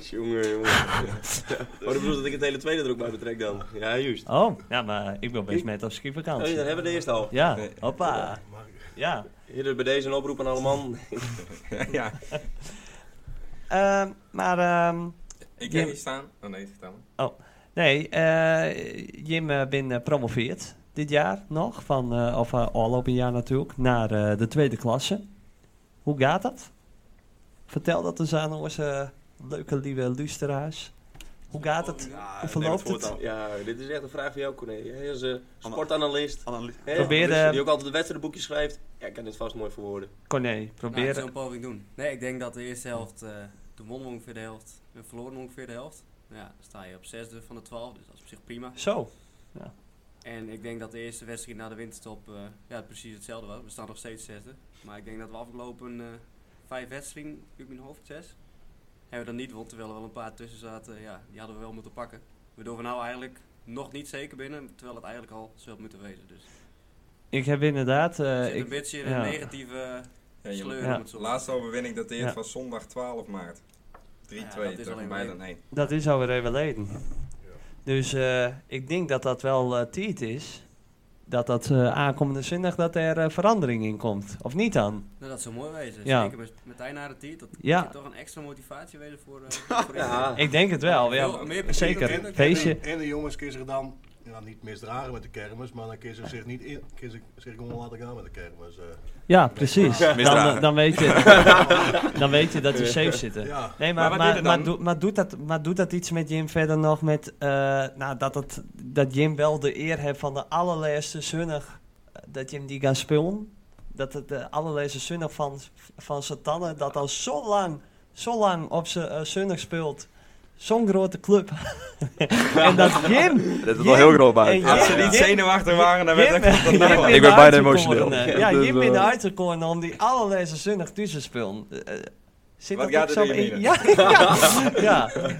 C: Jongen, jongen. Ja. Maar dat bedoelt dat ik het hele tweede er ook bij betrek dan. Ja, juist.
B: Oh, ja, maar ik wil best met op
C: Oh,
B: skivakantie.
C: ja, dan hebben we de eerste al.
B: Ja, hoppa.
E: Maar
B: Ja.
C: Hier dus bij deze een oproep aan alle man.
A: ja.
B: Ehm, maar, ehm,
A: Ik
B: Jim-
A: heb hier staan. Oh nee, vertel me.
B: nee, eh, Jim eh, ben eh, promoveerd dit jaar nog. Van, eh, of eh, al op een jaar natuurlijk. Naar eh, de tweede klasse. Hoe gaat dat? Vertel dat eens aan onze eh, leuke, lieve luisteraars. Hoe gaat het? Hoe verloopt
D: neem het
B: het?
D: voortouw.
C: Ja, dit is echt een vraag voor jou, Corné. Jij als eh, sportanalist.
D: Analy-
C: hè,
B: Probeer,
C: analist
B: eh,
C: Die ook altijd de wedstrijdboekjes schrijft. Ja, ik kan dit vast mooi verwoorden.
B: Corné,
F: Nou, ik
B: probeer.
F: zou een poging doen. Nee, ik denk dat de eerste helft, eh toen wonnen we ongeveer de helft. We verloren ongeveer de helft. Ja, dan sta je op zesde van de twaalf, dus dat is op zich prima.
B: Zo.
F: En ik denk dat de eerste wedstrijd na de winterstop eh, ja, precies hetzelfde was. We staan nog steeds zesde. Maar ik denk dat we afgelopen eh, vijf wedstrijden, uit mijn hoofd zes, hebben we dan niet won. Terwijl er wel een paar tussen zaten, ja, die hadden we wel moeten pakken. Waardoor we nou eigenlijk nog niet zeker binnen, terwijl het eigenlijk al zo had moeten wezen. Dus
B: Ik heb inderdaad... eh,
F: er zit
B: ik,
F: een beetje in een
B: ja.
F: negatieve eh,
A: Ja, je-
F: sleur.
B: Ja.
F: Om het zo te
A: Laatste overwinning dateert
B: Ja.
A: van zondag 12 maart. 3-2
F: Ja, dat is
A: tegen
F: alleen
A: Bayern
F: maar-
A: 1.
B: Dat is alweer even geleden. Dus eh, ik denk dat dat wel eh tijd is. Dat dat eh, aankomende zondag dat er eh, verandering in komt. Of niet dan?
F: Nou, dat zou mooi wezen.
B: Ja.
F: Zeker met, met Einaren Tiet. Dat
B: Ja.
F: moet je toch een extra motivatie wezen voor, eh, voor
C: Ja.
B: Ik denk het wel. Ja,
F: Veel meer plezier
B: zeker.
F: natuurlijk.
B: Feestje.
E: En, de- en de jongens kunnen zich dan ja, niet misdragen met de kermis, maar dan kunnen ze zich niet in, kunnen ze zich gewoon laten gaan met de kermis. eh.
B: Ja, precies. Dan,
D: Misdragen.
B: eh, dan, weet je, dan weet je dat je safe zit.
E: ja,
B: Nee,
A: Maar
B: maar,
A: wat
B: maar,
A: doet het
B: maar
A: dan?
B: doe- maar doet dat, maar doet dat iets met Jim verder nog met... eh, nou, dat, het, dat Jim wel de eer heeft van de allerlaatste zonnig... eh, Dat Jim die gaat spelen. Dat het de allerlaatste zonnig van, van Satannen... Dat al zo lang, zo lang op zijn eh, zonnig speelt... Zo'n grote club. en dat Jim...
D: Dit is wel heel groot
B: en
D: buiten.
B: Jim-
A: Als ze niet
B: Jim-
A: zenuwachtig waren, dan werd
B: Jim-
A: ik dat nou wel.
B: Jim in
D: Ik
B: de
D: ben bijna
B: uitverkoren,
D: emotioneel.
B: eh, Ja,
D: Dus,
B: Jim in de
D: eh,
B: uitverkoren om die allerlaatste zonnig tussen te spelen. Eh, eh, Zit
A: Wat
B: dat ook
A: gaat
B: zo
A: er in
B: in?
A: je
B: Ja, ja, ja.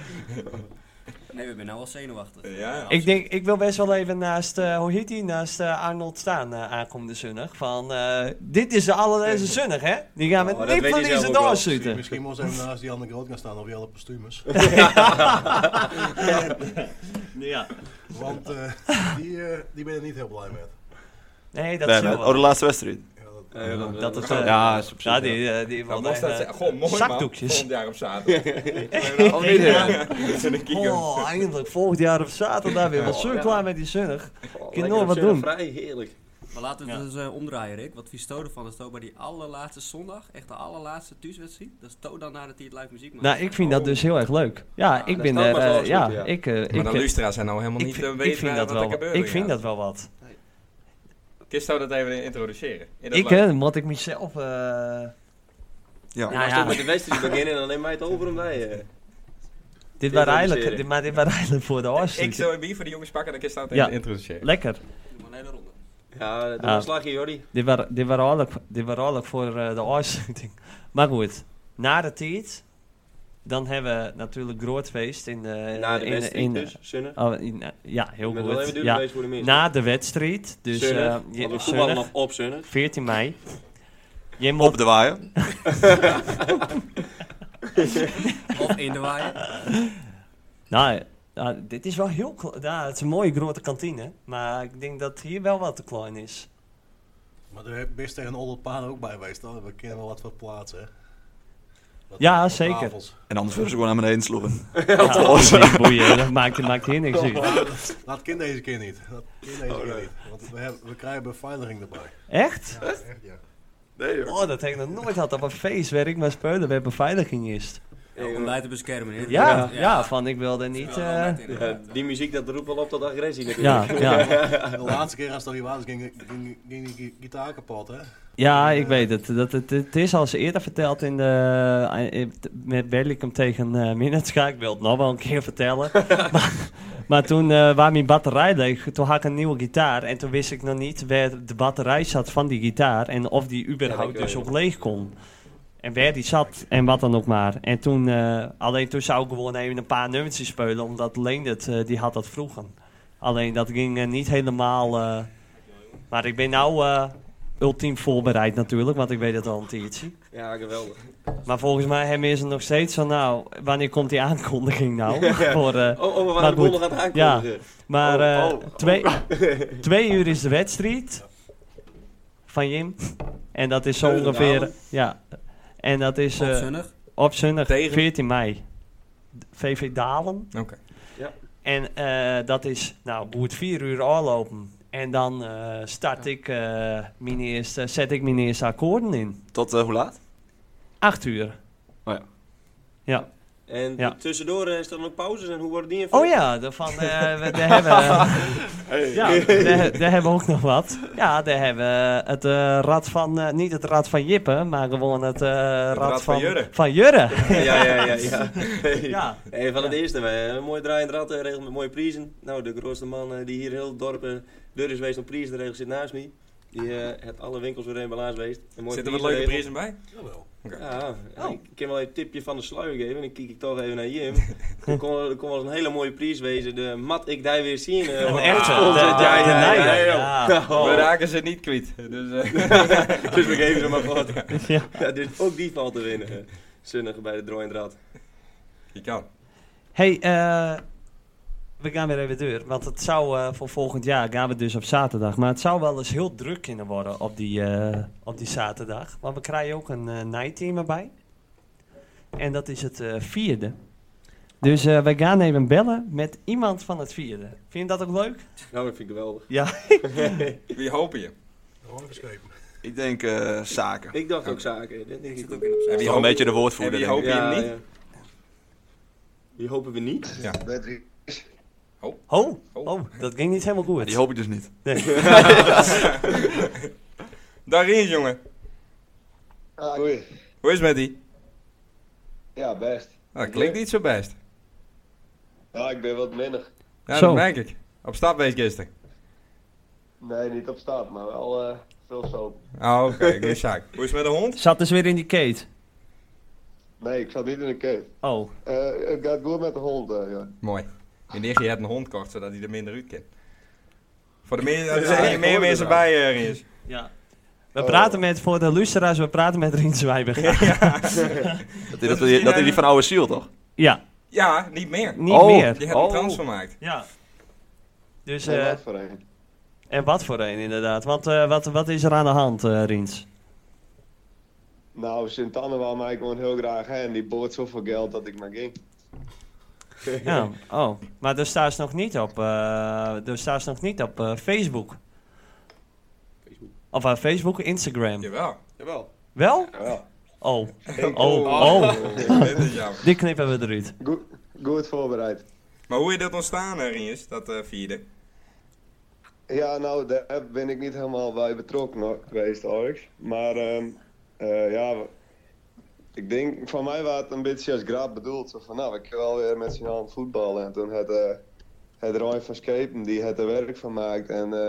F: Nee, we zijn nou al zenuwachtig.
A: Ja, ja.
B: Ik denk, ik wil best wel even naast, eh hoe heet die, naast eh, Arnold staan eh, aankomende zonnig. Van, eh, dit is de allerlaatste zonnig, hè? Die gaan
C: Oh,
B: met
C: dat
B: niet
C: weet
B: van
C: hij zelf
B: deze
C: ook wel.
E: Misschien,
B: doorschieten.
E: misschien moet ze even naast die andere groot gaan staan, of die alle postumes.
B: Ja.
E: Want eh, die, eh, die ben ik niet heel blij mee.
B: Nee, dat
D: Nee,
B: is
D: maar-
B: wel.
D: oh, de laatste wedstrijd.
E: Ja, dat,
C: Ja, ja, dat-
B: dat is,
D: Ja,
B: eh,
D: is op zich,
B: ja,
D: ja.
B: die, eh, die
A: Nou,
B: wilde
A: mocht dat
B: echt,
A: zijn.
B: eh,
A: Goh, mooi man.
B: zakdoekjes.
A: Volgend jaar op zaterdag.
D: Of niet, hè?
A: Dat is een kikker.
B: Oh, eindelijk, volgend jaar op zaterdag weer. Wat zo
C: Ja.
B: klaar met die zonnig.
C: Oh,
B: Kun je
C: lekker
B: nog
C: op
B: wat doen?
C: Vrij heerlijk.
F: Maar laten we het
B: Ja.
F: eens eh, omdraaien, Rick. Wat Visto ervan is, Toba die allerlaatste zondag, echt de allerlaatste thuiswedstrijd. Dat is Toon dan nadat hij het live muziek maakt.
B: Nou, ik vind dat dus heel erg leuk. Ja, ik
C: dat
B: ben
C: staat
B: er,
C: me wel
B: eh,
C: goed,
B: ja,
C: ja.
B: ik... eh, ik,
A: Maar dan
B: eh,
A: Lustra zijn nou helemaal
B: ik
A: niet
B: vind-
A: eh,
B: ik
A: weten
B: vind
A: eh,
B: dat
A: wat er
B: wel
A: gebeurt.
B: wat. Ik vind dat wel wat.
A: Kist zou dat even introduceren. In dat
B: Ik,
A: lijst.
B: hè, dan moet ik mezelf... eh,
D: Ja.
B: Nou
C: Als
B: ja.
C: we met de wedstrijd beginnen, dan neem wij het over om mij. eh.
B: Dit waren eigenlijk,
C: Introduceren.
B: dit, maar dit waren eigenlijk voor de
A: Ik
B: afsluiting.
A: zou een bier voor de jongens pakken en dan Kist zou het
B: Ja.
A: even introduceren.
B: Lekker.
F: Doe maar een hele ronde.
C: Ja, doe
B: Ah.
C: maar een slagje, Jordi.
B: Dit waren, dit waren, eigenlijk, dit waren eigenlijk voor eh, de afsluiting. Maar goed, na de tijd... Dan hebben we natuurlijk groot feest in de...
C: Na de
B: in-
C: wedstrijd
B: in-
C: dus, Sunne.
B: oh, in- ja, heel
C: Met wel
B: goed.
C: even duur
B: Ja,
C: ja. voor de mensen.
B: na de wedstrijd. Dus
C: Zonnig,
B: eh,
C: want
B: je-
C: we voetballen
B: zonnig,
C: nog op Sunne.
B: 14 mei. Je moet
D: Op de waaier.
F: Of in de waaier.
B: Nou, ja, dit is wel heel klein. Ja, het is een mooie grote kantine. Maar ik denk dat hier wel wat te klein is.
E: maar er best tegen Olderpaan ook bij geweest. hoor. We kennen wel wat voor plaatsen. hè. Wat-
B: Ja,
E: wat
B: zeker.
E: tafels.
D: En anders willen ze gewoon naar beneden sloegen.
B: Ja, dat is niet boeien. Dat maakt, maakt hier niks uit.
E: Laat kind Nou, deze keer niet. Dat kind deze keer niet. Want we, hebben, we krijgen beveiliging erbij.
B: Echt?
E: Echt, ja.
D: Nee,
B: Oh, dat heb ik nog nooit had op een feest waar ik maar speulen bij beveiliging is.
F: Ja, om mij te beschermen. hè.
B: Ja, ja, van ik wilde
F: Ja,
B: niet...
F: wel
B: eh,
F: net in,
C: Ja,
F: inderdaad.
C: die muziek dat roept wel op tot agressie
B: ja,
C: natuurlijk.
B: ja.
E: De laatste keer als dat hier was, ging, ging, ging die gi- gitaar kapot, hè?
B: ja, ik weet het. Dat, het, het is al eens eerder verteld in de, eh, in- met Berlicum tegen eh Minnetska. Ik wil het nog wel een keer vertellen. maar, maar toen eh waar mijn batterij leeg, toen had ik een nieuwe gitaar. En toen wist ik nog niet waar de batterij zat van die gitaar. En of die überhaupt
C: Ja, dat
B: dus
C: ik
B: op
C: wel,
B: leeg kon. En waar die zat en wat dan ook maar. En toen, eh, alleen toen zou ik gewoon even een paar nummertjes spelen. Omdat Leen het, eh, die had dat vroeger. Alleen dat ging eh, niet helemaal... eh, maar ik ben nou eh, ultiem voorbereid natuurlijk, want ik weet het al een tijdje.
C: Ja, geweldig.
B: Maar volgens mij hem is het nog steeds van, nou, wanneer komt die aankondiging nou? Voor, eh,
C: Oh, oh we
B: Maar
C: waren de
B: goed. dus,
C: boel nog aan het aankondigen.
B: maar
C: Oh,
B: eh,
C: oh, oh.
B: Twee, twee uur is de wedstrijd van Jim. En dat is zo
C: Keulen
B: ongeveer,
C: Dalen.
B: ja. En dat is eh,
F: Of zonnig.
B: op zondag
A: Tegen?
B: 14 mei. VV Dalen.
A: Oké.
C: Ja.
B: En eh, dat is, nou, moet vier uur aanlopen. En dan eh, start ik, eh, mijn eerste, zet ik mijn eerste akkoorden in.
D: Tot eh, hoe laat?
B: Acht uur.
D: Oh ja.
B: Ja.
C: En
B: Ja.
C: tussendoor eh, staan ook pauzes en hoe worden die
B: Oh
C: invulling?
B: ja, daarvan, eh, we, daar hebben, ja, daar, daar hebben we ook nog wat. Ja, daar hebben we het eh, rad van, eh, niet het rad van Jippe, maar gewoon het, eh rad,
A: rad van Jurre.
B: Van Jurre.
C: ja, ja, ja. ja.
B: ja.
C: Hey, van het eerste, eh, een mooi draaiend rad, eh, regelt met mooie prijzen. Nou, de grootste man eh, die hier in heel het dorp eh, deur is geweest om prijzen te regelen zit naast me. Die eh heeft alle winkels weer in balans geweest. Een mooie
A: Zitten wat
C: prijzen
A: leuke
C: regelt.
A: prijzen bij?
E: Jawel.
C: Ja, en
B: Oh.
C: ik kan wel een tipje van de sluier geven. Dan kijk ik toch even naar Jim. er kon, er kon wel eens een hele mooie prijs wezen. De mat ik daar weer zien. eh,
B: Een
C: wat
B: echte.
C: sponsor.
B: Ja,
C: Ja, ja,
B: de
C: ja,
B: Nijder,
C: ja,
B: ja.
C: ja.
A: We
C: Oh.
A: raken ze niet kwijt. Dus, eh,
C: Dus we geven ze maar wat.
B: Ja.
C: Ja, dus ook die valt te winnen. Zunnig bij de draaiend rad.
A: je kan.
B: hey, eh, we gaan weer even deur, want het zou eh, voor volgend jaar, gaan we dus op zaterdag, maar het zou wel eens heel druk kunnen worden op die, eh, op die zaterdag. Want we krijgen ook een eh night team erbij. En dat is het eh, vierde. Dus eh, we gaan even bellen met iemand van het vierde. Vind je dat ook leuk?
C: Nou, dat vind ik geweldig.
A: Wie hopen je?
E: Gewoon verschepen.
D: Ik denk eh, zaken.
C: Ik dacht ook zaken. Dat denk
F: Ik
C: ik
F: zit
C: ook.
F: ook in op
A: En
D: Is
A: wie
D: toch een
A: hopen-
D: beetje de woordvoerder.
A: en wie
D: denk ik.
A: hoop je hem niet?
C: Die hopen we niet.
B: Oh,
A: Oh.
B: oh, dat ging niet helemaal goed.
D: Die hoop ik dus niet.
A: Daarin, jongen.
H: Oei.
A: Hoe is het met die?
H: Ja, best.
A: Nou, klinkt niet zo best.
H: Ja, ik ben wat minder.
A: Ja,
B: Zo.
A: dat merk ik. Op stap geweest gisteren.
H: Nee, niet op staat, maar wel eh, veel soap.
A: Oh, oké. ik doe zaak. Hoe is het met de hond?
B: Zat dus weer in die keet.
H: Nee, ik zat niet in de cave.
B: Oh,
H: Eh, het gaat goed met de hond, eh, ja.
A: Mooi. Mijn nichtje heeft een hond kocht, zodat hij er minder uit kan. Voor de meer, er
D: Ja,
A: zijn
D: ik
A: meer
D: hoorde
A: mensen
D: dat.
A: bij, eh, Rinus.
B: Ja. We
H: Oh.
B: praten met, voor de luisteraars, we praten met Rien Zwijberg. Ja,
D: Dat, dat, dat, dat is die van oude ziel, toch?
A: Ja, niet meer.
B: niet
D: Oh.
B: meer.
A: Die heeft een
D: Oh.
A: trans gemaakt.
B: Ja. Dus,
H: Nee,
B: eh,
H: wat voor een.
B: en wat voor een inderdaad. Want, eh, wat, wat is er aan de hand, eh Riens?
H: Nou, Sint-Anne wou mij gewoon heel graag hè, en die bood zoveel geld dat ik maar ging.
B: Ja, oh. Maar daar staat ze nog niet op, eh daar staat ze nog niet op eh, Facebook.
C: Facebook.
B: Of eh, Facebook, Instagram.
A: Jawel.
C: Jawel.
B: Wel?
H: Ja.
B: Oh,
H: Ik-
B: oh, oh.
A: Dit is jammer.
B: Die knippen we eruit.
H: Goed, goed voorbereid.
A: Maar hoe is dat ontstaan, eh, Rinus, dat eh, vierde?
H: Ja, nou, daar ben ik niet helemaal bij betrokken hoor, geweest, Alex. Maar ehm, eh, ja, we- ik denk, van mij was het een beetje als grap bedoeld. Zo van, nou, we kunnen wel weer met z'n allen voetballen. En toen had eh, het Roy van Skepen, die het er werk van maakt. En eh,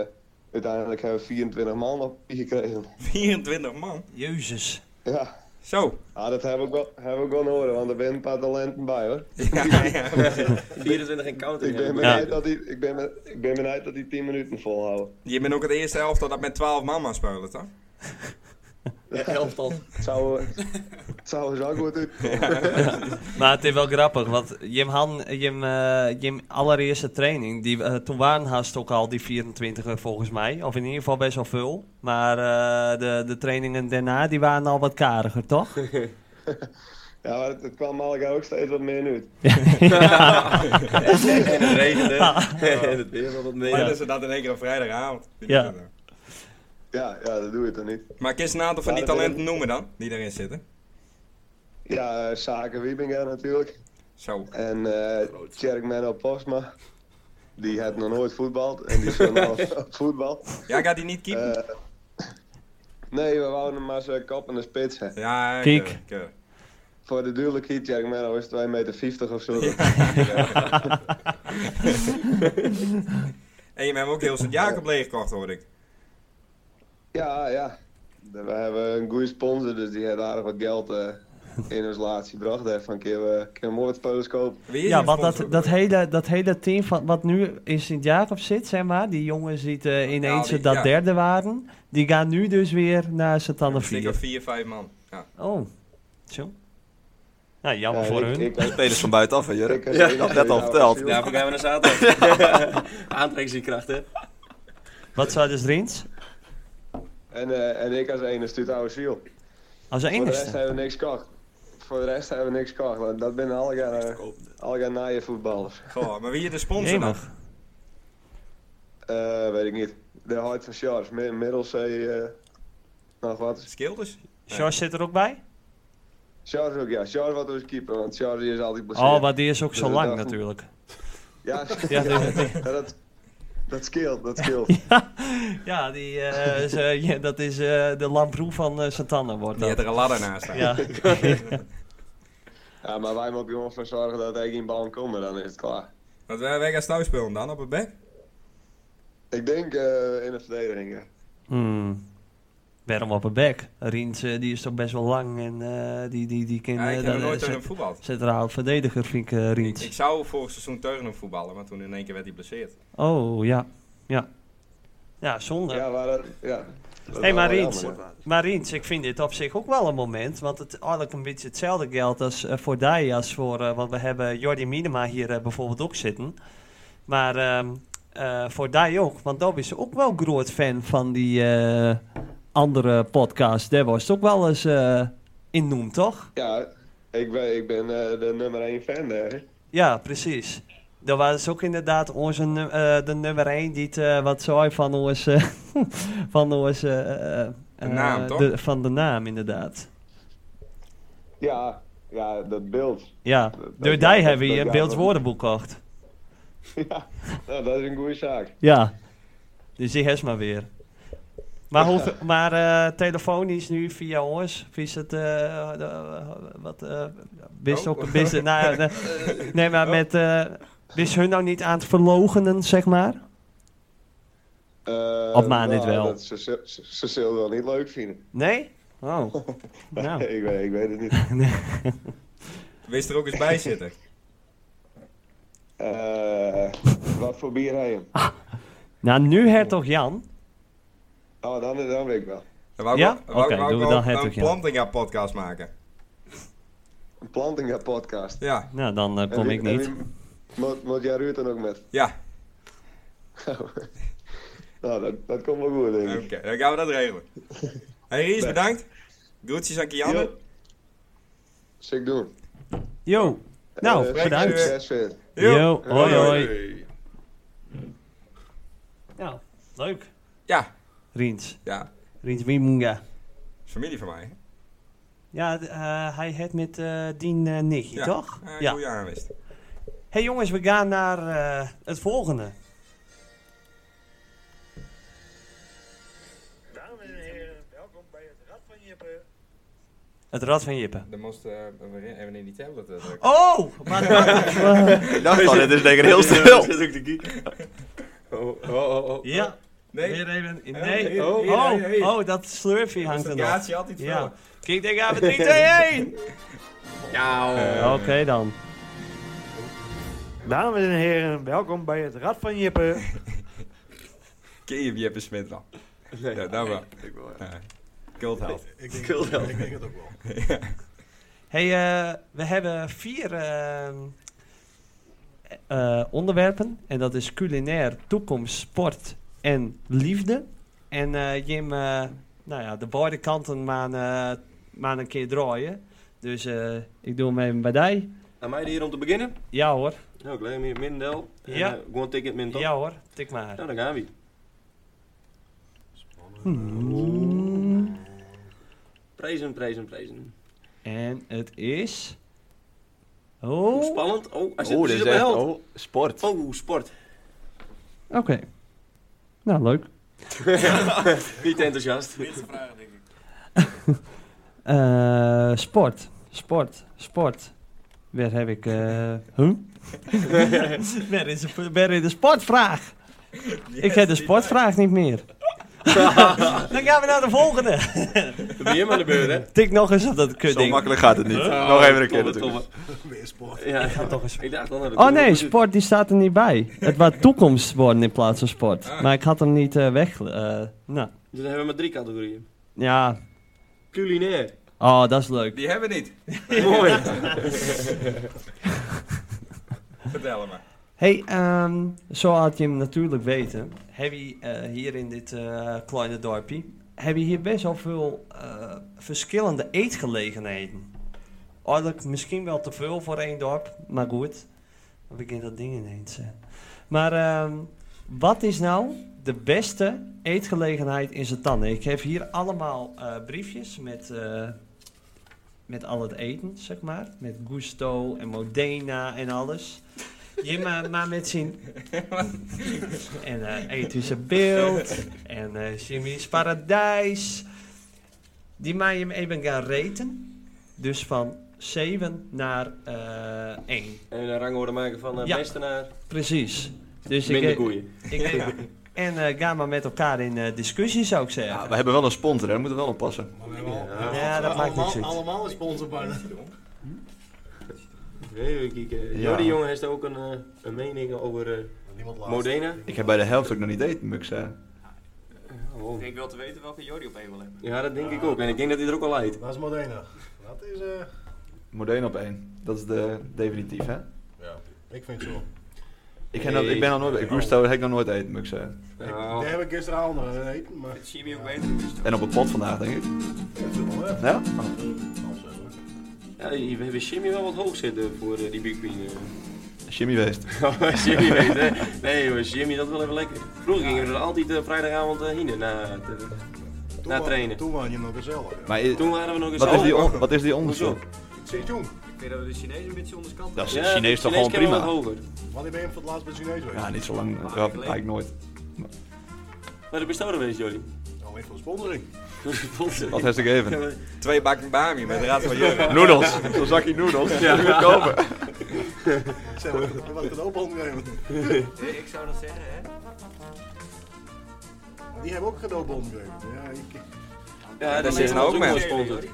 H: uiteindelijk hebben we 24 man op gekregen.
A: 24 man.
B: Jezus.
H: Ja,
A: Zo.
H: ah, dat hebben we ook wel, heb ik wel horen, want er zijn een paar talenten bij hoor.
A: Ja, ja.
C: 24 in counter.
H: Ik ben
C: ja.
H: benieuwd dat die, ik ben, ben- ik ben benieuwd dat die 10 minuten volhouden.
A: Je bent ook het eerste elftal dat met 12 man mag spelen, toch?
C: Elftal.
H: Het zou, het zou zo goed uitkomen.
B: Maar het is wel grappig, want Jim Han, Jim, eh, Jim allereerste training, die, eh, toen waren haast ook al die 24 er volgens mij. Of in ieder geval best wel veel. Maar eh, de, de trainingen daarna, die waren al wat kariger, toch?
H: Ja, maar het, het kwam Malaga ook steeds wat meer uit.
C: En het regende. en het weer wat
A: Maar
C: meer.
A: dat ze dat in één keer op vrijdagavond.
B: Ja.
H: Ja, ja, dat doe je toch niet.
A: Maar kun je een aantal van die
H: Ja, dat
A: talenten noemen dan, die erin zitten?
H: Ja, eh, Zaken Wiebinga natuurlijk.
A: Zo.
H: En eh Tjerkman op Postma. Die had nog nooit voetbald en die is wel op voetbal.
A: Ja, gaat die niet keepen?
H: Eh, nee, we wouden hem maar zijn kop in de spits. hè.
A: ja, eh,
B: Kiek.
A: keurig, keurig.
H: Voor de duidelijkheid, Tjerkman is 2,50 meter of zo.
A: En je hebt hem ook heel Sint-Jacob leeggekocht, hoor ik.
H: Ja, ja. We hebben een goede sponsor, dus die heeft aardig wat geld eh, in ons laatste gebracht. hè. Van keer we keer mooi spelers kopen.
A: Wie is
B: Ja,
A: die
B: want
A: sponsor
B: dat,
A: ook
B: dat,
A: alweer?
B: hele, dat hele team van, wat nu in Sint-Jacob zit, zeg maar, die jongens die eh, ineens
A: die-
B: dat
A: ja.
B: derde waren, die gaan nu dus weer naar Sint-Anne
A: Een stuk of
B: 4.
A: vier, vijf man. Ja.
B: Oh, zo. Nou, jammer
H: Ja,
B: voor
H: Eh, ik-
B: hun.
H: ik-
D: De spelers van buitenaf, hè, Jurre?
H: ik-
D: Ja, dat net al verteld.
C: Daarvoor gaan we naar zaterdag. Aantrekkingskrachten.
B: Wat zou dus Rins?
H: En, eh, en ik als ene stuurt oude ziel.
B: Als
H: Voor de rest
B: enigste.
H: hebben we niks gekocht. Voor de rest hebben we niks gekocht. want Dat ben alga, alga naaie voetballers.
A: Goh, maar wie is de sponsor dan?
B: Jemig.
H: Eh, weet ik niet. De hart van Charles. Mi- Middelzee. eh nog wat.
A: Schilders?
B: George zit er ook bij?
H: Charles ook, ja. Charles wat onze keeper. Want Charles die is altijd blessure.
B: Oh, maar die is ook zo
H: Dus we
B: lang
H: dachten-
B: natuurlijk.
H: Ja,
B: Ja, die,
H: ja, dat, dat scheelt. Dat scheelt.
B: ja, die, eh, is, eh, ja, dat is eh, de lamproe van eh Santana wordt
A: Die heeft
B: dat.
A: er een ladder naast staan.
B: Ja.
H: Ja, maar wij moeten gewoon voor zorgen dat hij geen bal komt. en Dan is het klaar.
A: Want wij, wij gaan snel spelen dan, op het bek.
H: Ik denk eh, in de verdediging, ja.
B: Hmm. Waarom op een bek? Rins eh, die is toch best wel lang en eh, die, die, die kan...
A: Ja,
B: eh,
A: ik heb
B: dat-
A: nog nooit
B: eh,
A: tegen hem voetbald.
B: Centraal verdediger vind ik eh,
A: Ik,
B: Rins.
A: ik zou vorig seizoen tegen hem voetballen, maar toen in één keer werd hij blesseerd.
B: Oh, ja. Ja, ja zonde.
H: Ja, maar dat, ja. Dat
B: Hey,
H: is
B: maar
H: wel
B: Riens.
H: jammer, ja.
B: Maar Riens, ik vind dit op zich ook wel een moment. Want het eigenlijk een beetje hetzelfde geldt als eh, voor Dai. Als voor, eh, want we hebben Jordi Minema hier eh, bijvoorbeeld ook zitten. Maar ehm, eh, voor Dai ook. Want Dob is ook wel groot fan van die eh, andere podcast. Daar was het ook wel eens eh, in noemd, toch?
H: Ja, ik ben, ik ben eh, de nummer 1 fan daar.
B: Ja, precies. Dat was ook inderdaad onze, nu- eh, de nummer 1 die het, eh, wat zei van ons... eh, van ons eh, eh,
A: De naam,
B: eh,
A: toch?
B: de- van de naam, inderdaad.
H: Ja, ja, dat beeld.
B: Ja,
H: dat-
B: door
H: dat-
B: die
H: dat-
B: hebben we
H: dat-
B: een
H: ja,
B: beeld
H: dat-
B: woordenboek gekocht.
H: ja, nou, dat is een goede zaak.
B: Ja. Dus die heeft maar weer. Maar, hoe, maar eh, telefonisch nu via ons, is het, eh, eh, wat, eh wist
A: Oh.
B: ook, wist, nou, ja, nee, nee,
H: Oh.
B: maar met, eh wist hun nou niet aan het verlogenen, zeg maar?
H: Eh,
B: Op maand dit wel.
H: dat- Ze, ze, ze- ze zullen het wel niet leuk vinden.
B: Nee? Nou. Oh. Nou.
H: ik, weet, ik weet het niet.
B: Nee.
A: Wist er ook eens bij zitten.
H: Eh, Eh, wat voor bier heb je?
B: Nou, nu hertog Jan.
H: Oh, dan, dan weet ik wel.
A: Dan wou ik
B: Ja?
A: wel- wou ik-
B: Oké,
A: wou ik
B: doen we
A: wel
B: dan het
A: een
B: ook, ja.
A: Plantinga-podcast maken.
H: Een Plantinga podcast.
A: Ja,
B: Nou, dan eh, kom
H: En
B: ik
H: wie- en
B: niet.
H: wie- Moet, moet jij Ruud dan ook met?
A: ja.
H: nou, dat, dat komt wel goed, denk
A: Oké,
H: ik.
A: dan gaan we dat regelen. Hey Ries,
H: Nee.
A: bedankt. Groetjes aan Kianne.
H: Jo. Sick doen.
B: Yo. Nou,
H: Eh,
B: bedankt.
H: succes verder.
A: Jo.
B: Yo. Hoi, hoi. Nou, leuk.
A: Ja,
B: Riens.
A: ja.
B: Riens Wimunga.
A: Is familie van mij, hè?
B: Ja, d- eh, hij het met eh dien eh nichtje, toch?
A: Ja,
B: ja.
A: hoe je aan wist.
B: hey jongens, we gaan naar eh, het volgende. Het Rad van Jippen.
A: Dan moest eh, we even in die tablet eh, drukken.
B: Oh! Maar,
D: Ik dacht al, dit is denk ik heel stil.
C: Zit ook te kieken. Oh, oh, oh. oh.
B: ja,
A: Nee,
B: weer even.
A: Hey,
B: Nee.
A: hey,
B: Oh,
A: hey, hey, hey.
B: oh, dat slurfje hangt er nog.
A: Presentatie altijd
B: Ja.
A: veel.
B: Kijk, denk aan 3, 2, 1!
C: Ja, oh.
B: Eh, Oké dan.
I: Dames en heren, welkom bij het Rad van Jippen.
A: Ken je Jeppe Smit wel? Ja, daar wel.
D: Ik wil,
A: Ja. Cult held.
E: Ik denk,
D: wil wel.
E: ik denk het ook wel.
B: Hey, eh, we hebben vier ehm, eh, onderwerpen. En dat is culinair, toekomst, sport en liefde. En eh, Jim, eh, nou ja, de beide kanten maar, eh, maar een keer draaien. Dus eh, ik doe hem even bij die.
C: Aan mij de hier om te beginnen.
B: Ja hoor,
C: Nou, ik leg hem hier min del. En,
B: Ja.
C: eh, Gewoon ticket min top.
B: ja hoor, tik maar.
C: Nou, dan gaan we.
B: Hmm.
C: Prijzen, prijzen, prijzen.
B: En het is... Oh,
C: Oeh,
B: oké.
C: Spannend. Oh, hij zit
D: Oh, dit
C: precies
D: is
C: op de
D: echt...
C: helft.
D: Oh, sport.
C: Oh, sport.
B: Nou, leuk.
C: Niet enthousiast.
F: Minste vragen, denk ik.
B: Eh, sport, sport, sport. Waar heb ik... eh huh? waar, is de, waar is de sportvraag? ik heb de sportvraag niet meer. Dan gaan we naar de volgende.
C: Dan ben je maar de beurt, hè?
B: Tik nog eens op dat
D: Zo
B: kutding.
D: makkelijk gaat het niet. Nog even een keer
C: Tomme,
D: natuurlijk.
E: Weer sport.
C: tomme. Ja,
B: Toch eens.
C: ik dacht al dat het Dus
B: Oh
C: komt.
B: nee,
C: Goed, dit-
B: sport die staat er niet bij. Het was toekomst worden in plaats van sport. Maar ik had hem niet eh, weg... eh, nou,
C: Dus dan hebben we maar drie categorieën.
B: ja.
C: Culinair.
B: Oh, dat is leuk.
A: Die hebben we niet.
C: Mooi.
A: Vertel hem maar.
B: Hey, ehm, zo had je hem natuurlijk weten. Heb je eh, hier in dit eh, kleine dorpje, heb je hier best wel veel eh, verschillende eetgelegenheden. Eigenlijk misschien wel te veel voor één dorp, maar goed. Dan begint dat ding ineens. eh. Maar ehm, wat is nou de beste eetgelegenheid in Zetanne? Ik heb hier allemaal eh, briefjes met, eh, met al het eten, zeg maar. Met Gusto en Modena en alles. Ja, maar, maar met zijn... en eh ethische beeld. En eh, Jimmy's Paradijs. Die mij hem even gaan reten. Dus van 7 naar eh 1.
C: En een rangorde maken van eh
B: Ja.
C: beste naar
B: Precies. Dus
C: minder
B: ik,
C: koeien.
B: ik En eh, ga maar met elkaar in eh, discussie, zou ik zeggen.
D: Ja, we hebben wel een sponsor, hè. We moeten wel oppassen.
E: Maar we hebben al-
C: Ja.
B: Ja, dat maakt
E: allemaal,
B: niks uit.
E: allemaal een sponsor bijna.
C: Even kijken.
D: Ja.
C: Jordi jongen heeft ook een, eh, een mening over eh,
E: Niemand laat.
C: Modena.
D: Ik heb bij de helft ook nog niet eten, moet ik zeggen.
F: Ik denk wel te weten welke Jody op één wil hebben.
C: oh. Ja, dat denk ik ook. En ik denk dat hij er ook al uit.
E: Dat is Modena. Dat is, eh,
D: Modena op één. Dat is de definitief, hè.
E: ja, ik vind het zo.
D: Ik, heb nog- ik ben nog nooit... Ik Gusto heb ik nog nooit eten, moet ik zeggen.
E: Ik, daar heb ik gisteravond nog aan eten, maar...
F: Het Jimmy ook beter. dus dat-
D: En op het pot vandaag, denk ik.
E: Ja, dat is wel leuk.
D: Ja?
C: Ja, we hebben Jimmy wel wat hoog zitten voor eh, die Big Bean. eh.
D: Jimmy Weest.
C: Jimmy weet hè. Nee jongens, Jimmy dat is wel even lekker. Vroeger gingen we er altijd eh, vrijdagavond eh, heen na het, eh,
E: Toen
C: na
E: wa-
C: trainen.
E: Toen waren je nog gezellig.
D: Maar i-
C: Toen waren we nog eens
D: wat is, die
C: al-
D: on- wat is die onderzoek?
E: Zeg Jong,
F: Ik weet dat we de Chinezen een beetje onderschatten.
D: Dat is
C: Ja,
D: Chinees toch gewoon
C: Chinees kennen we
D: prima?
C: wat hoger.
E: wanneer ben je voor het laatst bij Chinees geweest?
D: Ja, niet zo lang. Ja,
F: geleden.
D: eigenlijk nooit.
C: Maar dat bestaan er geweest, Jordi.
E: Nou, even voor de sponsoring.
D: Wat heeft ze gegeven?
A: Twee bakken bami met de Raad van Jurgen.
D: Noedels. Zo'n zakje noedels. Ja. Die moet kopen.
E: Zeg, wat wat ik het ook ondernemen.
F: Nee, ik zou dat zeggen, hè.
E: Die hebben ook geen open ondernemen. Ja, ik,
C: Ja,
A: dat
C: dat
A: zit
C: is
A: er
C: nou
A: nou
C: ook
A: ook
C: wel
A: mee.
C: sponsor. Ik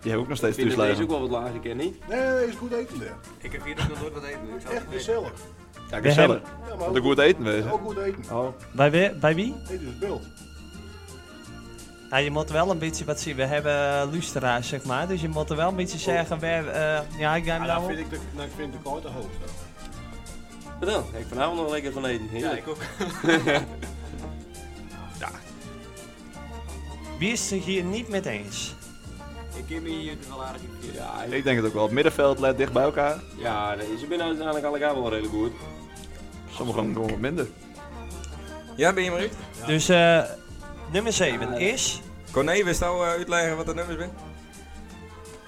D: Die hebben ook nog steeds
C: vind dat deze
D: thuislezen.
C: ook wel wat lager kennen, niet?
E: nee, nee, is goed eten daar.
F: Ik heb hier nog nooit wat eten. Ik zou
E: Echt
F: het weten.
E: gezellig.
D: Ja,
B: We hebben-
D: gezellig.
E: Ja,
D: Moet
E: ook
D: ook goed eten wezen.
E: Ook goed eten.
B: Oh. Bij, wie- bij wie?
E: Eten is beeld.
B: Ja, je moet wel een beetje wat zien. We hebben eh, luisteraars, zeg maar. Dus je moet er wel een beetje zeggen waar... eh, ja, ik ga hem nou
E: Ja, dan
B: op.
E: Ah, vind ik de, dan vind ik de korte hoofd. dan.
C: Wat dan? Heb ik vanavond nog lekker van eten.
G: Ja,
C: Heerlijk.
G: ik ook.
B: Wie is het hier niet mee eens?
F: Ik heb me hier wel aardig in verkeerd.
C: Ja, ik-
D: Ik denk het ook wel. Het middenveld let dicht bij elkaar.
C: ja nee, ze zijn uiteindelijk allemaal wel redelijk goed.
D: Sommigen gewoon wat minder.
A: Ja, ben je maar uit?
B: Dus eh, nummer 7 is...
A: Corné, wist nou eh, uitleggen wat de nummers zijn?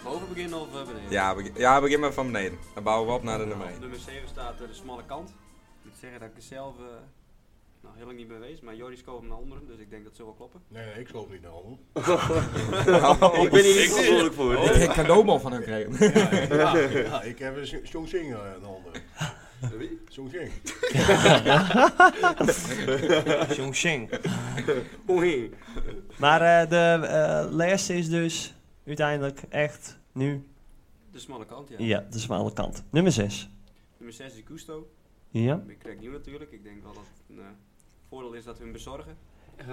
F: Boven beginnen of eh, beneden?
A: Ja, begin, ja, begin maar van beneden. Dan bouwen we op naar de nummer
F: Op
A: 1.
F: nummer 7 staat eh, de smalle kant. Ik moet zeggen dat ik er zelf eh, nou, heel lang niet mee wees, maar Joris kwam naar onderen, dus ik denk dat ze wel kloppen.
E: Nee, nee, ik geloof niet naar honden.
C: ik ben hier niet verantwoordelijk voor.
A: Ik heb cadeaubal van hem gekregen.
E: Ja, ja, ja, ik heb een Chongqing eh, naar honden.
C: Wie?
E: Chongqing.
B: Chongqing.
C: Oei.
B: Maar eh, de eh laatste is dus uiteindelijk echt nu...
F: De smalle kant, ja.
B: Ja, de zware kant. Nummer 6.
F: Nummer 6 is Gusto.
B: Ja.
F: Ik krijg nieuw natuurlijk. Ik denk wel dat het een eh, voordeel is dat we hem bezorgen.
C: Eh,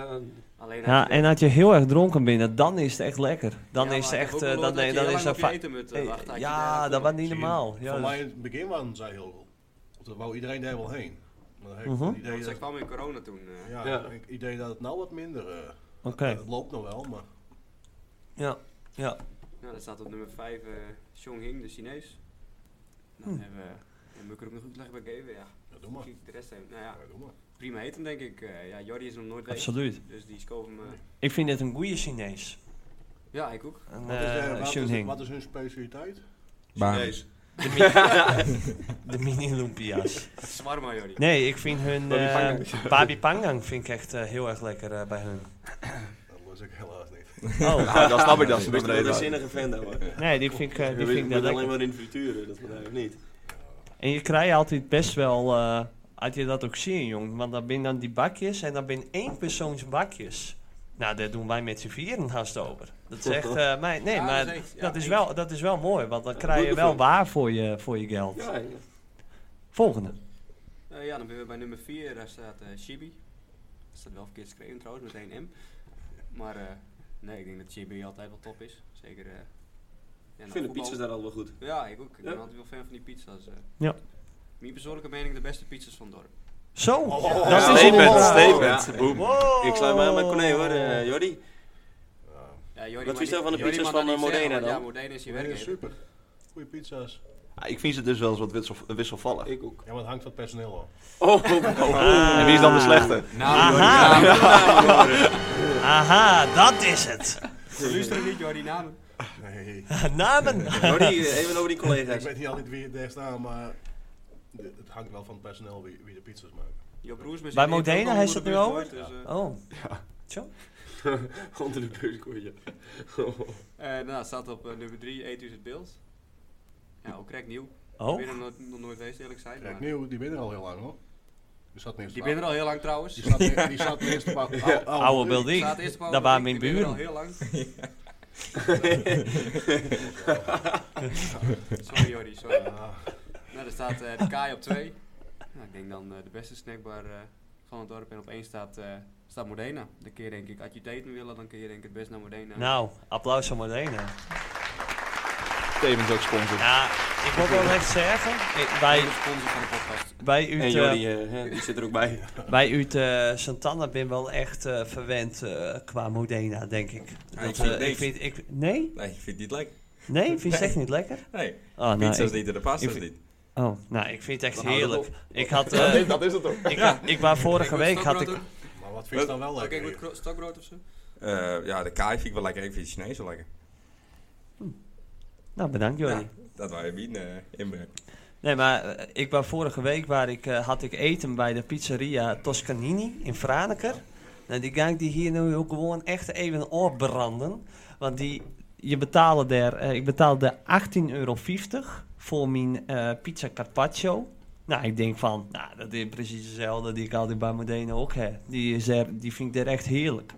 F: Alleen
B: Ja, en als je heel erg dronken bent, dan is het echt lekker. Dan is het echt... eh, dan, nee, dan is
F: dat
B: dat...
F: je
B: va-
F: eten moet eh, wachten. als je daar
B: Ja, dat
F: komt.
B: was niet normaal.
E: Voor
B: Ja, dus-
E: mij in het begin waren zij heel goed. Want dan wou iedereen daar wel heen. Maar dan heb ik
B: Mhm.
E: het
F: Want
E: idee
F: zij
E: dat,
F: kwam in corona toen. eh.
E: ja,
C: Ja.
E: ik- idee dat het nou wat minder... eh,
B: Oké.
E: Het loopt nog wel, maar...
B: Ja. Ja.
F: Nou, dat staat op nummer 5 eh Chonghing, de Chinees. Dan
B: Hm.
F: hebben we... Dan moet ik er ook nog uitleg bij geven, ja.
E: Ja, doe maar.
F: Kijk, de rest heeft... Nou ja,
E: Ja, doe maar.
F: prima eten denk ik. Eh, ja, Jordi is nog nooit geweest.
B: Absoluut.
F: Dus die schoof hem... eh,
B: Ik vind het een goede Chinees.
F: ja, ik ook.
B: Een
E: Wat is, eh,
B: eh
E: wat, is, wat
B: Chongqing.
E: is hun specialiteit? Nou,
A: Baan.
B: De mini Lumpia's.
F: Zwarma, Jordi.
B: Nee, ik vind hun... eh Babi Pangang vind ik echt eh, heel erg lekker eh, bij hun.
E: Dat was ik helaas niet.
B: Oh,
D: Ja, dan snap ik dat ze
C: Dat is
D: naar
C: een
D: beneden gaan.
C: zinnige vent daar hoor.
B: nee, die vind ik, eh,
C: Je
B: die vind ik
C: bent
B: wel
C: alleen
B: lekker.
C: maar in de frituren, dat bedrijf niet.
B: En je krijgt altijd best wel... eh had je dat ook zien, jong. Want dan ben dan die bakjes en dan ben één persoons bakjes. Nou, daar doen wij met z'n vieren haast over. Dat is echt... eh, mij, nee,
F: Ja,
B: maar
F: dat is echt- ja,
B: dat, is
F: eens.
B: wel, dat is wel mooi. Want dan
C: Ja,
B: krijg je
C: goed
B: wel
C: gevoel.
B: waar voor je, voor je geld.
C: Ja, ja.
B: Volgende.
F: Eh, ja, dan ben we bij nummer 4. Daar staat eh Chibi. Dat staat wel verkeerd geschreven trouwens, met één M. Maar eh, nee, ik denk dat Chibi altijd wel top is. Zeker. eh, ja,
C: Ik
F: nou,
C: vind de
F: voetbal.
C: pizza's daar al wel goed.
F: Ja, ik ook. Ik
C: Ja.
F: ben altijd wel fan van die pizza's. eh.
B: Ja.
F: Mijn persoonlijke mening de beste pizza's van het dorp.
B: Zo!
E: Oh,
B: dat is
D: Statement,
B: een- Oh.
D: statement. Boom.
B: Wow.
C: Ik sluit me aan bij Corné hoor, eh Jordi.
F: Ja, Jordi,
C: Wat
F: maar
C: vind je
F: die-
C: van de
F: Jordi mag
C: pizza's
F: dat
C: van,
F: niet
C: eh, Modena
F: zeggen, want
C: dan?
F: Ja, Modena is je
E: Ja,
F: werkgever.
E: super. Goeie pizza's.
D: Ja, Ik vind ze dus wel eens wat wissel- wisselvallig. Ah.
C: Ik ook.
E: Ja, maar het hangt van het personeel af.
C: Oh, oh,
D: En wie is dan de slechte?
F: Nou,
B: Aha. Aha, dat is het.
F: Luister niet, Jordi, namen.
E: Nee,
B: Namen.
C: Jordi, eh, even over die
E: ik
C: collega's.
E: weet niet altijd wie daar staan, maar de- het hangt wel van het personeel wie, wie de pizza's maken.
F: Je broers met
B: Bij
F: z'n drieën
B: Modena, hij
F: komen onder
B: staat
F: de
B: nu
F: bus
B: over?
F: door, dus, eh,
B: Oh,
C: Onder de beurskoortje.
F: eh, nou, staat op eh, nummer 3, Eet u het beeld. Ja, ook krek nieuw. Ik
B: oh.
F: ben er nog, nog nooit geweest, eerlijk zijn.
E: Kijk,
F: maar-
E: nieuw, die winnen al heel lang hoor. Die zat neerst
F: Die
E: op-
F: ben er al heel lang trouwens.
E: Die zat, ne- die zat neerst op oude, oude,
B: Oude building.
F: Staat eerst op
B: Dat
F: Oude
B: waren
F: Beek,
B: mijn
F: die ben
B: buren.
F: er al heel lang. sorry Jordi, sorry.
E: Ah,
F: Nou, er staat eh, de Kai op 2. Nou, ik denk dan eh, de beste snackbar eh, van het dorp. En op 1 staat, eh, staat Modena. Dan kun je denk ik, als je daten willen, dan kun je denk ik het best naar Modena.
B: Nou, applaus voor Modena.
D: Stevens ook sponsor.
B: Ja, ik wil wel echt zeggen, ik- bij,
F: de sponsor van de podcast.
B: bij
C: En
B: uit, eh,
C: Jordi, eh, hè, die zit er ook bij.
B: bij uit eh, Santana ben wel echt eh, verwend eh, qua Modena, denk ik.
A: Ja,
B: Dat,
A: ik vind
B: eh,
A: het
B: ik
A: niks.
B: vind, ik, nee?
A: Nee, ik vind het niet lekker.
B: Nee? Vind je het echt niet lekker?
A: Nee,
B: Oh, nou,
A: pizza's
B: ik,
A: niet en de pasta's
B: ik-
A: niet.
B: oh, nou, ik vind het echt
C: Dan houden we
B: heerlijk. Ik had... eh,
D: Dat is het ook.
B: ik, ik was vorige week, had ik...
E: maar wat vind je dan wel Nou,
F: Oké,
E: lekker?
F: ik
E: hier?
F: word stokbrood of zo.
A: Eh, ja, de kaai vind ik wel lekker. Ik vind de Chinees wel lekker.
B: Nou, bedankt Jordi.
A: Ja, dat wou je niet eh inbrengen.
B: Nee, maar eh, ik was vorige week waar ik, eh, had ik eten bij de pizzeria Toscanini in Franeker. Nou, die ga ik die hier nu ook gewoon echt even opbranden. Want die, je betaalde daar, eh, ik betaalde 18,50 euro voor mijn eh, pizza carpaccio. Nou, ik denk van, nou, dat is precies hetzelfde die ik altijd bij Modena ook heb. Die, is er, die vind ik daar echt heerlijk.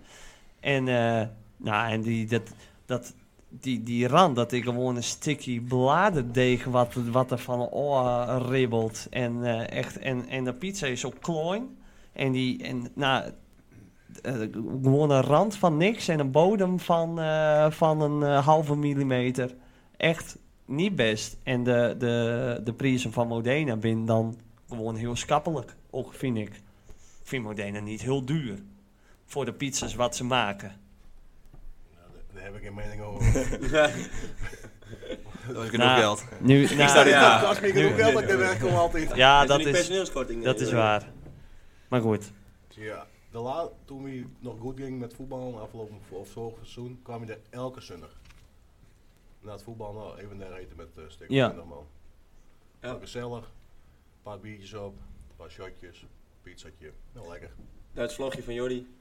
B: En, eh, nou, en die, dat, dat die, die rand, dat ik gewoon een sticky bladerdeeg wat, wat er van oh, ribbelt. En, eh, echt, en, en de pizza is zo kloin. En, die, en nou, eh, gewoon een rand van niks en een bodem van, eh, van een eh, halve millimeter. Echt niet best. En de, de, de prijzen van Modena ben dan gewoon heel schappelijk, ook vind ik. Ik vind Modena niet heel duur voor de pizzas wat ze maken.
E: Nou, daar- daar heb ik geen mening over.
D: Dat was genoeg
B: Nou,
D: geld.
B: Nu, nou,
D: sta hier
B: ja.
D: klaar.
E: Dat kost me genoeg geld dat ik daar wegkom altijd.
B: Ja,
C: Heeft
B: dat
C: er niet
B: is,
C: personeelskorting.
B: dat is waar. Maar goed,
E: Ja, de la, toen we nog goed ging met voetbal, afgelopen v- of vorig seizoen, kwam je er elke zondag. Na het voetbal nou, even naar eten met uh, stuk
B: Ja.
E: ja. man. Ja. Gezellig, een paar biertjes op, een paar shotjes, pizzatje, nou lekker.
C: Dat vlogje van Jordi.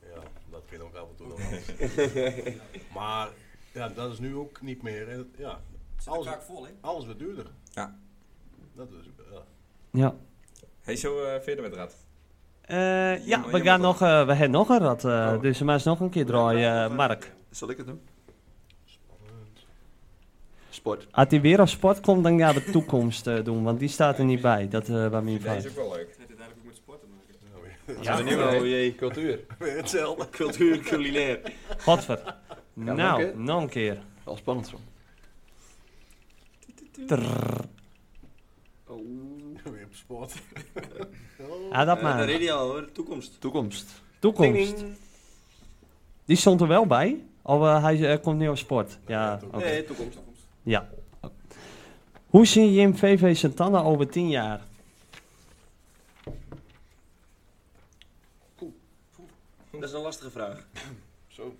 E: Ja, dat vind ik ook af en toe nog wel. maar ja, dat is nu ook niet meer. En, het- ja,
F: Zit
E: Alles-
F: er vaak vol in.
E: alles wordt duurder.
A: Ja.
E: Dat is, eh, ja.
B: ja.
A: Hey, zo eh, verder met Rad.
B: Eh, ja, we,
A: Jammer dan.
B: gaan nog, eh, we hebben nog een rad, eh,
D: Oh.
B: dus maar eens nog een keer draaien, eh, Mark.
D: Zal ik het doen?
E: Spannend.
D: Sport.
B: Als hij weer op sport komt, dan gaan we toekomst eh, doen, want die staat er niet bij. Dat eh bij mij
A: Deze is
B: van.
A: ook wel leuk.
F: Heeft het eigenlijk ook met sport te maken?
E: Ja, weer-
B: Ja.
C: Oh jee. Cultuur.
E: weer hetzelfde.
C: Cultuur, culinair.
B: Godver.
D: nog een
B: Nou,
D: keer?
B: nog een keer.
D: Wel spannend zo.
B: Trrr.
E: Weer op sport.
B: Ah, dat
C: Eh, Daar
B: maar.
C: reed hij al hoor, de toekomst.
D: Toekomst.
C: Ding,
B: Toekomst.
C: ding.
B: Die stond er wel bij. Of eh, hij eh, komt nu op sport. Ja, oké.
C: Nee, toekomst.
B: Hoe zie je in VV Santana over 10 jaar?
C: Dat is een lastige vraag.
E: Zo.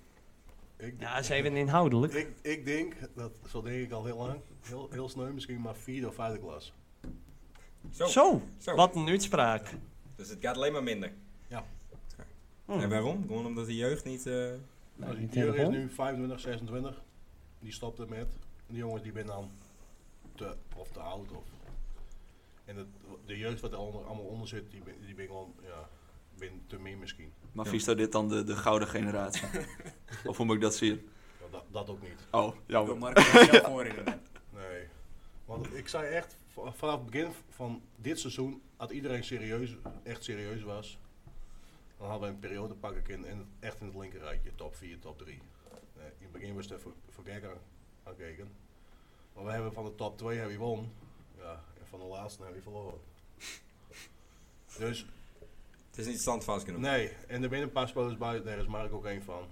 E: Ik,
B: Ja, is even inhoudelijk.
E: ik, ik denk, dat zo denk ik al heel lang, heel, heel sneu, misschien maar vierde of vijfde klas.
A: Zo,
B: Zo,
A: zo.
B: wat een uitspraak.
A: Dus het gaat alleen maar minder.
E: Ja.
B: Hm.
A: En waarom? Gewoon omdat de jeugd niet... eh,
B: Nou, die
E: Jurgen is
B: telefoon.
E: nu 25, 26. Die stopt ermee. De jongens die zijn dan te, of te oud. Of. En het, de jeugd wat er onder- allemaal onder zit, die, ben- die ben gewoon ja, ben te meer misschien.
D: Maar vies dat dit dan de, de gouden generatie? of hoe moet ik dat zien?
E: Ja, dat, dat ook niet.
D: Oh,
F: Door
D: jammer.
F: Mark er zelf voor inderdaad.
E: Nee. Want ik zei echt, v- vanaf het begin van dit seizoen, had iedereen serieus, echt serieus was, dan hadden we een periode pak ik in, in- echt in het linkerrijtje, top 4, top 3. Nee, in het begin was het even voor gek aan, aan kijken. Maar we hebben van de top 2 hebben we won. Ja, en van de laatste hebben we verloren. Dus
A: het is niet standvast genoeg.
E: nee, en er zijn een paar spelers buiten, daar is Mark ook een van.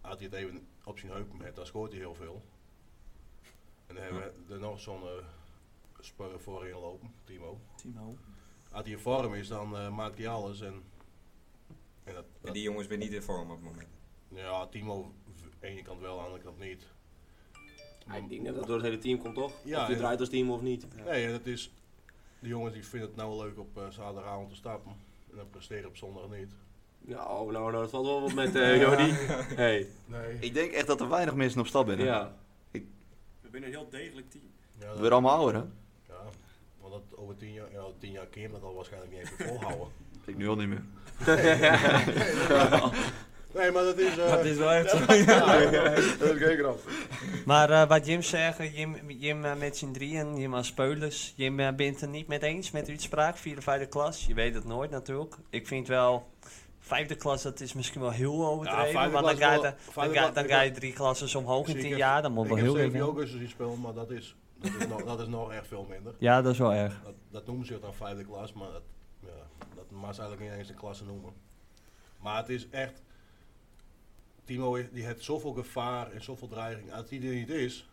E: Had hij het even op zijn heupen met, dan scoort hij heel veel. En dan hebben we er nog zo'n eh, speler voorin lopen, Timo. Als hij in vorm is, dan eh, maakt hij alles. En, en dat,
A: En die jongens zijn niet in vorm op het moment.
E: dat- ja, Timo, v- ene kant wel, aan de andere kant niet.
C: Ah, ik denk dat dat door het hele team komt toch?
E: Ja,
C: of je
E: ja.
C: draait als team of niet.
E: Nee, en het is, de jongens die vinden het nou wel leuk op eh, zaterdagavond te stappen. En dan presteren op zondag niet.
C: Nou, nou, nou, dat valt wel wat met eh Jordi. Hey,
E: Nee.
D: Ik denk echt dat er weinig mensen op stap binnen.
C: ja.
F: We zijn een heel degelijk team.
E: Ja,
D: We
E: dat,
D: worden allemaal ouder, hè?
E: ja, want dat over tien jaar, ja, tien jaar keer dat al waarschijnlijk niet even volhouden.
D: Ik nu al niet meer.
E: nee, maar dat is... eh,
A: Dat is wel echt zo.
E: dat is geen grap.
B: Maar eh, wat Jim zegt, Jim, Jim eh, met zijn drieën, Jim als speulers. Jim eh, bent het niet mee eens met de uitspraak, vierde, vijfde klas. Je weet het nooit natuurlijk. Ik vind wel, vijfde klas, dat is misschien wel heel overdreven.
E: vijfde
B: want dan
E: klas
B: ga, je,
E: wel-
B: dan,
E: vijfde
B: ga,
E: klas-
B: dan
E: ik
B: ga
E: heb-
B: je drie klassen omhoog in
E: Ik
B: tien
E: heb-
B: jaar. Dan moet
E: Ik
B: wel
E: heb
B: heel erg.
E: zeven augustus zien spelen, maar dat is, dat is, nog, dat is nog echt veel minder.
B: Ja, dat is wel erg.
E: Dat, dat noemen ze het dan vijfde klas, maar dat, ja, dat mag ze eigenlijk niet eens een klasse noemen. Maar het is echt, Timo is- die heeft zoveel gevaar en zoveel dreiging. Als die er niet is,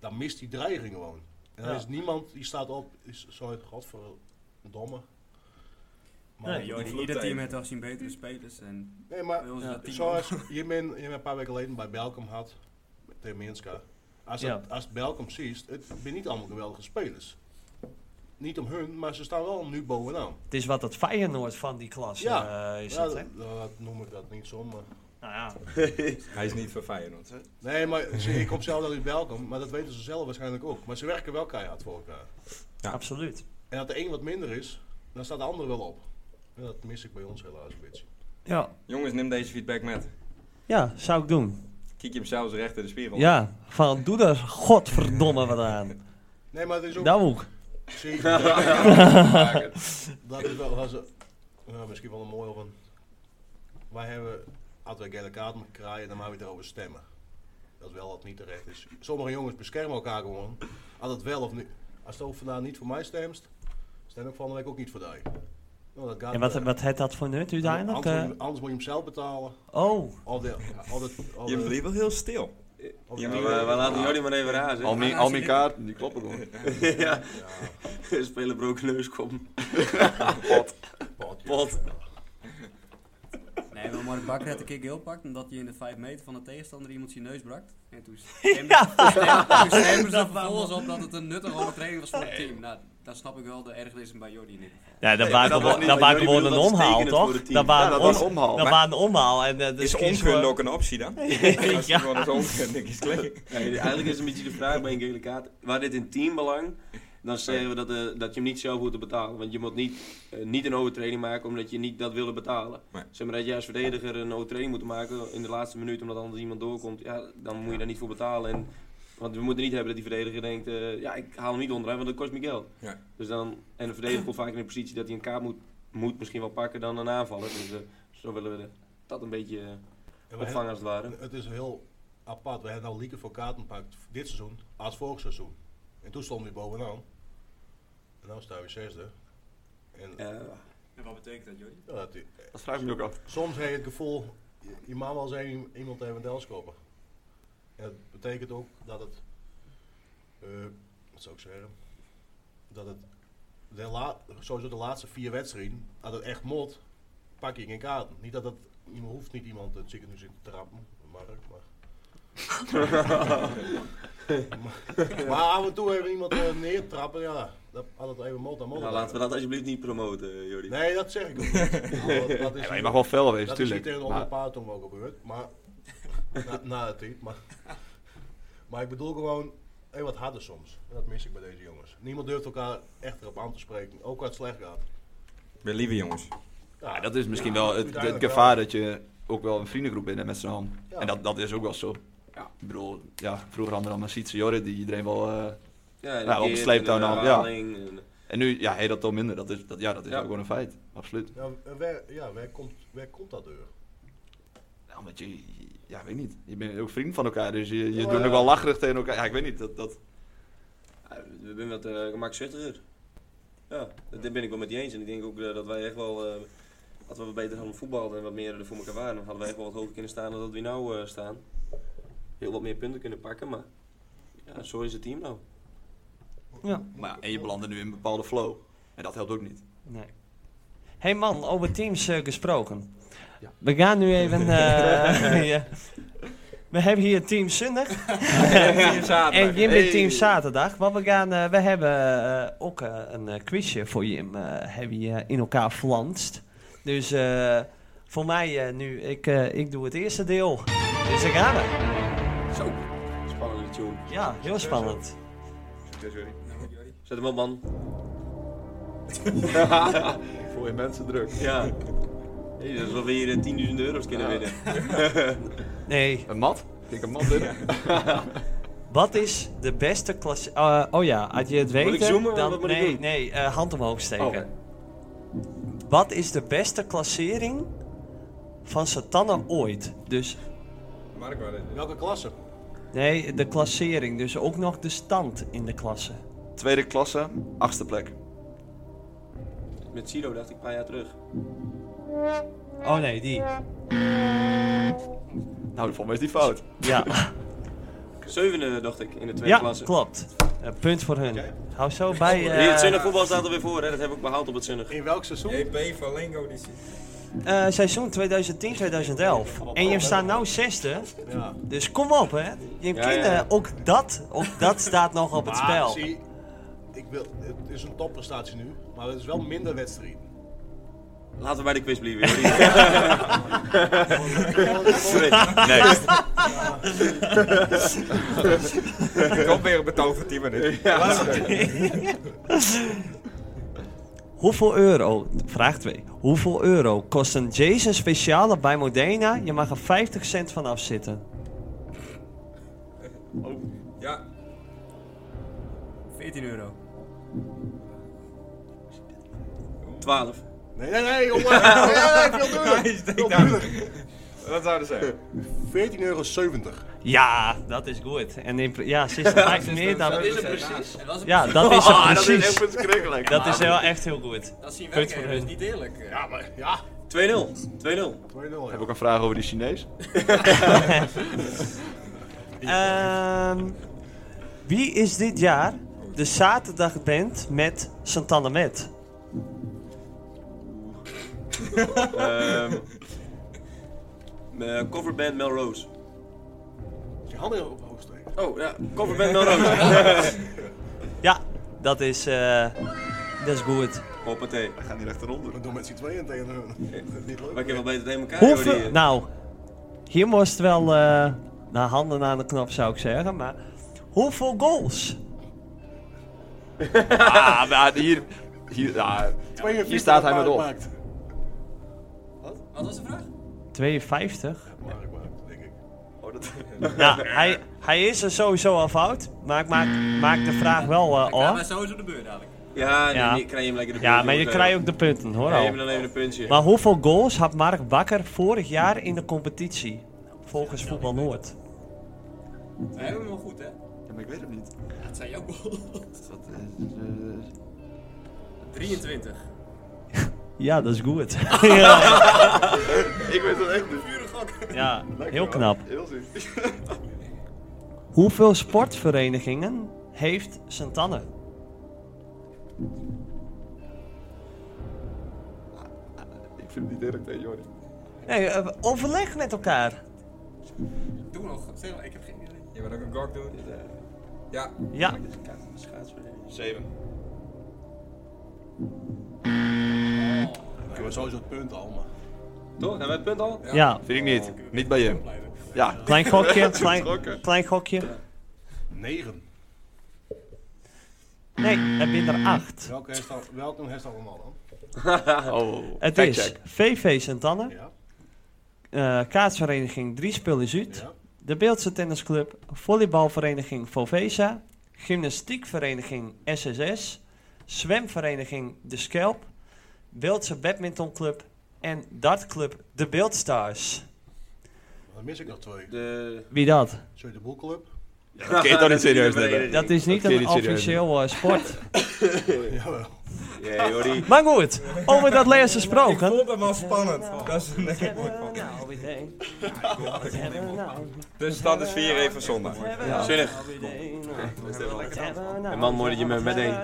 E: dan mist die dreiging gewoon. En dan
B: Ja.
E: is niemand die staat op, is zo uit godverdomme. Maar,
B: Nee,
E: nee,
F: Jordi,
A: vloed
F: ieder team
A: tegen.
F: heeft wel zien betere spelers. En
E: maar
F: bij ons is
B: Ja.
F: dat team ook.
E: zoals je men, je men een paar weken geleden bij Belkom had, tegen Minska. Als,
B: Ja.
E: het, als het Belkom ziet, het zijn niet allemaal geweldige spelers. Niet om hun, maar ze staan wel nu bovenaan.
B: Het is wat het Feyenoord van die klas
E: Ja.
B: eh, is
E: Ja,
B: het, hè?
E: dat, dat noem ik dat niet zomaar.
B: Nou ja,
A: Hij is niet voor Feyenoord.
E: Nee, maar ze- ik kom zelf wel uit Belkom, maar dat weten ze zelf waarschijnlijk ook. Maar ze werken wel keihard voor elkaar.
A: Ja.
B: absoluut.
E: En als de een wat minder is, dan staat de ander wel op. En dat mis ik bij ons helaas een beetje.
B: Ja.
A: Jongens, neem deze feedback met.
B: ja, zou ik doen.
A: Kijk je hem zelfs recht in de spiegel.
B: Ja, van doe er godverdomme wat aan.
E: Nee, maar het is ook...
B: Dat ook.
E: Zie- dat is wel was, eh, misschien wel een mooie van. Wij hebben, als wij gele kaarten krijgen, dan mag we erover stemmen. Dat wel wat niet terecht is. Sommige jongens beschermen elkaar gewoon. Als het wel of niet. Als het ook vandaag niet voor mij stemt, stem ik van de week ook niet voor jou. Nou, dat gaat
B: En wat,
E: wel.
B: wat heeft dat voor nut uiteindelijk?
E: Anders, moet
B: eh?
E: je- anders moet je hem zelf betalen.
B: oh,
E: Of de, of de, of
A: Je
E: de-
A: bleef wel heel stil.
E: of
A: je
E: de-
C: We, we laten Jordi maar even razen.
D: Al mijn- Al mijn kaarten, die kloppen gewoon.
C: Ah, ja. Spelen broken neus kom.
E: Pot,
C: Pot.
F: Nee, maar Mark Bakker had een keer geel pakt omdat hij in de 5 meter van de tegenstander iemand zijn neus brak. En toen stemden toen stemden ze vervolgens op dat het een nuttige overtreding was voor het team. Nou, daar snap ik wel de ergernissen bij Jordi in ieder geval.
B: ja, dat
D: Nee,
B: waren
D: maar dat was
B: gewoon-
D: niet-
B: dat waren
D: jullie
B: gewoon een
D: bedoelen dat
B: omhaal,
D: tekenen voor
B: toch?
D: het team.
B: Dat
D: Ja,
B: waren
D: dat was
B: on-
D: een omhaal.
B: Dat
D: Maar-
B: waren een omhaal. En, eh, dus
A: Is
B: kiezen
A: onkunde
B: we-
A: ook een optie dan? Als je
B: Ja.
A: gewoon als onkunde is klinkt.
C: Ja, eigenlijk is een beetje de vraag bij een gele kaart. Waar dit in teambelang, dan zeggen we dat, eh, dat je hem niet zelf hoeft te betalen. Want je moet niet, eh, niet een overtreding maken omdat je niet dat willen betalen.
A: Nee.
C: Zeg maar dat je als verdediger een overtreding moet maken in de laatste minuut omdat anders iemand doorkomt. Ja, dan moet je daar niet voor betalen. En, want we moeten niet hebben dat die verdediger denkt, eh, ja ik haal hem niet onderuit want dat kost me geld.
A: Ja.
C: Dus dan, en de verdediger komt vaak in de positie dat hij een kaart moet, moet misschien wel pakken dan een aanvaller. Dus eh, zo willen we dat een beetje eh,
E: En wij-
C: opvangen als het ware.
E: Het is heel apart. We hebben nou Lieke voor kaarten gepakt dit seizoen als vorig seizoen. En toen stonden we bovenaan. En nu staan we zesde. En
C: Ja.
F: En wat betekent dat, Jordi?
E: ja, dat-
D: Dat vraag ik me ook af.
E: soms heb je het gevoel, je, je mag wel zijn iemand even een dels kopen. En dat betekent ook dat het, eh, wat zou ik zeggen, dat het de la, sowieso de laatste vier wedstrijden, dat het echt moet, pak je geen kaarten. Niet dat dat, je hoeft niet iemand het ziekenhuis in te trappen, Mark, maar... maar, maar af en toe even iemand eh, neertrappen, ja, dat had het even mot aan mot.
C: Nou, laten we dat alsjeblieft niet promoten, eh, Jordi.
E: Nee, dat zeg ik ook niet. Want dat is
D: Ja, maar je
E: niet-
D: mag wel fel wezen,
E: dat is
D: tuurlijk.
E: niet tegen de
D: Maar-
E: andere paard toen wel gebeurd, maar na, na het tijd. Maar, maar ik bedoel gewoon, hé, wat harder soms. Dat mis ik bij deze jongens. Niemand durft elkaar echt erop aan te spreken, ook als het slecht gaat.
A: Weer lieve jongens.
D: Ja, dat is misschien wel het, het
E: uiteindelijk
D: gevaar
E: wel.
D: dat je ook wel een vriendengroep bent hè, met z'n allen.
E: Ja.
D: En dat, dat is ook wel zo. Ik bedoel, ja, vroeger hadden we dan Masitse Jorrit die iedereen wel... eh,
C: Ja,
D: Ja, op
C: keer,
D: de sleeptouw
C: en
D: dan, ja.
C: herhaling, en-
D: en nu, ja, hey, dat al minder. Dat is, dat, ja, dat is
C: Ja.
D: ook gewoon een feit. Absoluut.
E: Ja, en waar, ja, waar, komt, waar komt dat door?
D: Ja, omdat Nou, je... Ja, weet ik niet. Je bent ook vriend van elkaar, dus je, je
E: Ja,
D: doet
E: ja.
D: ook wel lacherig tegen elkaar. Ja, ik weet niet. Dat, dat...
C: Ja, we zijn wat eh gemakzuchtiger. Ja, dat daar ben ik wel met je eens. En ik denk ook eh, dat wij echt wel, eh als we beter hadden voetballen en wat meer er voor elkaar waren, dan hadden wij echt wel wat hoger kunnen staan dan dat we nou eh, staan. Heel wat meer punten kunnen pakken, maar ja, zo is het team nou.
D: Maar ja, en je belandt nu in een bepaalde flow. En dat helpt ook niet.
B: Nee. hey man, over teams eh, gesproken. We gaan nu even... eh, ja. We hebben hier Team Zondag
A: En
B: en
A: zaterdag.
B: Jim
D: Hey.
B: met Team Zaterdag. Want we, gaan, eh, we hebben eh, ook eh, een eh, quizje voor Jim. eh heb je eh, in elkaar flanst. Dus eh, voor mij eh, nu, ik, eh, ik doe het eerste deel. Dus daar gaan we.
C: Zo, spannende tune.
B: Ja, heel spannend.
C: Zet hem op, man.
D: Ik voel je mensen druk.
C: Ja. Hey, dat is wel weer eh, 10.000 euro's kunnen winnen.
B: Nee,
D: Een mat? Ik denk een mat binnen.
B: Wat is de beste klasse... eh, oh ja, als je het weet...
C: ik zoomen?
B: Dan,
C: Wat moet ik
B: nee,
C: doen?
B: nee, eh, hand omhoog steken. Wat is de beste klassering van Satana ooit? Dus,
A: Mark, waar is het?
E: Welke klasse?
B: nee, de klassering. Dus ook nog de stand in de klasse.
D: Tweede klasse, achtste plek.
C: Met Ciro dacht ik een paar jaar terug.
B: Oh nee, die.
D: Nou, volgens mij is die fout.
B: Ja,
C: Zevende, dacht ik, in de tweede
B: ja
C: klasse. Oh,
B: klopt. Eh, punt voor hun. Hou zo bij... eh,
C: Hier, het zinnig voetbal staat er weer voor, hè? dat heb ik behaald op het zinnig.
E: In welk seizoen?
A: JP van Lingo die zit.
B: eh, seizoen 2010-2011. En je staat nou zesde.
E: Ja.
B: Dus kom op, hè. Je
C: Ja,
B: kinderen,
C: ja.
B: ook dat, ook dat staat nog op het
E: Maar,
B: spel.
E: Ah, zie, ik wil, het is een topprestatie nu, maar het is wel minder wedstrijden.
C: Laten we bij de quiz blijven. Jordi.
A: Ik kom weer op het over 10 minuten.
B: Hoeveel euro, vraag 2. Hoeveel euro kost een Jason speciale bij Modena? Je mag er 50 cent van afzitten.
A: Ja,
F: 14 euro.
C: 12.
E: Nee, nee, nee, jongen. Ja, ik wil
A: hij
E: duurder.
A: steekt aan. Wat zouden ze zeggen?
E: 14,70 euro.
B: Ja, dat is goed. En in, pre- ja, sinds vijf meer dan...
C: is het precies?
F: En dat is,
B: Ja, dat is het
D: dat is echt
B: precies.
D: verschrikkelijk.
B: Dat is wel echt heel goed.
F: dat zien
B: Kut voor
F: werkgevers
B: hun.
F: niet eerlijk. eh.
E: Ja, maar ja.
C: 2-0.
E: 2-0.
C: 2-0.
E: ja.
D: Heb ik een vraag over die Chinees?
B: Ehm, wie is dit jaar de zaterdagband met Santana Met?
C: Ehm, eh, coverband Melrose.
E: Je handen op hoogsteken.
C: Oh ja, coverband Melrose.
B: Ja, dat is... eh, dat is goed.
C: Hoppatee.
D: We gaan hier achteronder.
E: We doen met z'n tweeën tegen hun. Dat is niet leuk.
C: Maar ik heb wel beter tegen elkaar
B: Hoeveel...
C: hoor, die, eh.
B: Nou, hier moest wel eh naar handen aan de knop zou ik zeggen, maar... Hoeveel goals?
D: Ah, maar hier... Hier, ah. ja,
E: 42
D: hier staat hij maar
E: paard
D: op.
E: maakt.
F: Wat was de vraag?
B: 52?
E: Maar ik maak, denk ik.
D: Oh, dat-
B: Nou, hij, hij is er sowieso al fout, maar ik maak, maak de vraag wel
F: Ik
B: eh
F: ga maar
B: hoor.
F: sowieso de beurt dadelijk.
C: Ja, nee,
B: Ja.
C: nee, krijg je hem lekker de
B: Ja,
C: puntje,
B: maar je
C: hoor,
B: krijgt
C: zo.
B: ook de punten hoor
C: Geef
B: al.
C: hem dan even een puntje.
B: Maar hoeveel goals had Mark Bakker vorig jaar in de competitie? Volgens Voetbal Noord.
F: We hebben hem wel goed, hè?
D: Ja, maar ik weet het niet.
F: Ja, het zijn jouw goals.
D: Dat is, eh,
F: 23.
B: Ja, dat is goed. ja,
D: ik weet het echt niet.
F: Pure gok.
B: ja, heel knap.
D: Heel ziek.
B: Hoeveel sportverenigingen heeft Santanne?
D: Ik vind het niet eerlijk tegen Jordi.
B: Nee, eh, overleg met elkaar.
F: Doe nog. Zeg maar, ik heb geen idee.
A: Je wilt ook een gok doen? Ja,
B: Ja,
D: Zeven.
E: Ik heb sowieso het punt al, maar.
C: Toch? Hebben we het punt al?
B: ja.
D: Vind Ah, ik niet. Niet bij je. Ja.
B: Klein gokje, klein, klein gokje.
E: 9.
B: Nee, heb je er acht.
E: Welke heeft al, welke heeft al allemaal dan?
D: Oh.
B: Het
D: fact
B: is
D: check.
B: VV Santanne,
E: Ja.
B: eh kaatsvereniging Driespul in Zuid,
E: Ja.
B: de Beeldse Tennisclub, volleybalvereniging Vovesa, gymnastiekvereniging SSS, zwemvereniging De Schelp, Beeldse badmintonclub en dartclub De Beeldstars.
E: Dan mis ik nog twee.
C: De...
B: Wie dat?
E: Zul je de boelclub?
D: Ja, dat kun je toch niet serieus nemen?
B: Dat is niet
D: Dat kun je
B: een
D: niet
B: officieel
D: serieus
B: eh, sport.
E: Jawel.
C: Ja, Jordi.
B: maar goed, over dat lezen
A: ik
B: gesproken.
A: vond hem al spannend. Dat is
B: Wat hebben we
A: een
B: nou weer? Wat hebben we nou weer?
A: Dus stand is 4 even zondag.
C: Zinnig.
B: En
C: man, mooi dat je me meteen-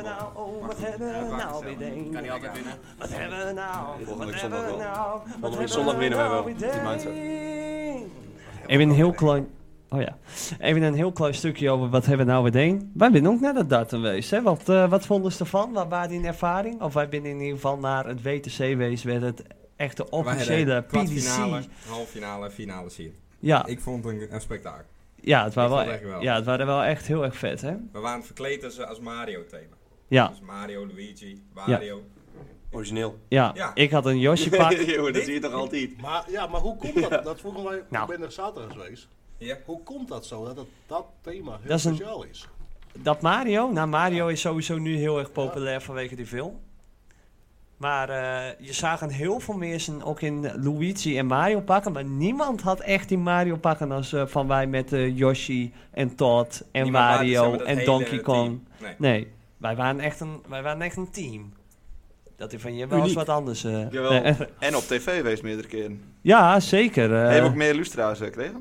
B: Wat hebben we nou weer?
F: Kan niet altijd winnen.
B: Wat hebben we nou?
D: Volgende
B: Wat
D: week zondag
B: hebben we
D: wel.
B: nou? Wat
C: week
B: hebben
C: zondag winnen wij
B: nou
C: wel,
B: weer?
D: die mindset.
B: Even een heel klein... Oh ja. Even een heel klein stukje over wat hebben we nou weer deen. Wij zijn ook naar dat dart geweest. Hè? Wat, eh, wat vonden ze ervan? Wat waren die in ervaring? Of wij zijn in ieder geval naar het WTC geweest. Werd het echte officiële
A: kwartfinale,
B: PDC.
A: halffinale, finale zien.
B: Ja,
A: Ik vond het een, een spektakel.
B: ja, het waren
A: ik vond
B: wel, e-
A: het echt wel.
B: ja, het waren wel echt heel erg vet, hè?
A: We waren verkleed als, als Mario-thema.
B: Ja,
A: Dus Mario, Luigi, Mario.
C: Origineel.
B: ja.
A: Ja.
B: Ik had een Yoshi-pak.
C: Jordi, dat zie je toch altijd?
E: Maar, ja, maar hoe komt dat? Dat vroegen wij,
B: Nou.
E: ik ben er zaterdag geweest.
A: Ja.
E: Hoe komt dat zo, dat het, dat thema heel
B: Dat is een-
E: speciaal is?
B: Dat Mario, nou Mario is sowieso nu heel erg populair vanwege die film. Maar eh, je zag een heel veel mensen ook in Luigi en Mario pakken. Maar niemand had echt die Mario pakken als eh, van wij met eh, Yoshi en Todd en
A: Niemand waren, zeg
B: Mario
A: maar, dat
B: en
A: hele
B: Donkey
A: team.
B: Kong.
A: Nee.
B: Nee, wij waren, echt een, wij waren echt een team. Dat is van je wel eens
C: Uniek.
B: wat anders. eh.
C: Jawel.
B: Nee.
D: En op tv wees meerdere keren.
B: ja, zeker. eh.
D: Heb je ook meer illustra's gekregen?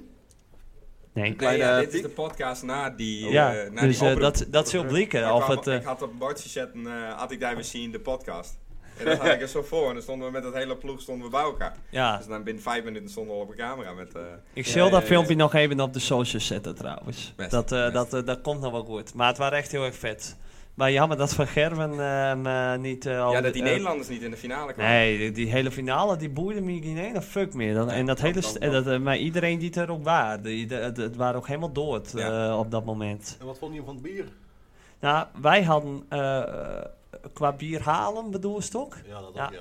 B: nee.
A: Nee,
D: Oh
C: Kleine
A: ja, dit is
C: piek.
A: de podcast na die.
B: Ja,
A: eh, na
B: dus
A: die
B: eh,
A: oproep.
B: dat, dat zult
A: Ik,
B: blikken.
A: kwam-
B: Of het, eh,
A: ik had op een bordje zetten, eh, had ik daar weer zien de podcast. En dat had ik er zo voor. En dan stonden we met dat hele ploeg stonden we bij elkaar.
B: ja,
A: Dus dan binnen vijf minuten stonden we al op een camera met... eh,
B: Ik zal
C: Ja,
B: dat
C: ja,
B: filmpje nog even op de socials zetten trouwens.
A: Best,
B: dat, eh,
A: best.
B: Dat, eh, dat komt nog wel goed. Maar het was echt heel erg vet. Maar jammer dat Van Gerwen ehm, eh, niet... eh, al
A: ja,
B: de-
A: dat die
B: eh,
A: Nederlanders niet in de finale kwamen.
B: Nee, die, die hele finale die boeide me geen ene fuck meer. Dan, en dat hele... st- eh, dat, eh, maar iedereen die er ook was, die, de- het- het waren ook helemaal dood
A: Ja.
B: eh, op dat moment.
E: En wat vond je van het bier?
B: Nou, wij hadden... eh, qua bier halen bedoel je toch?
E: Ja, dat
B: Ja.
E: ook, ja.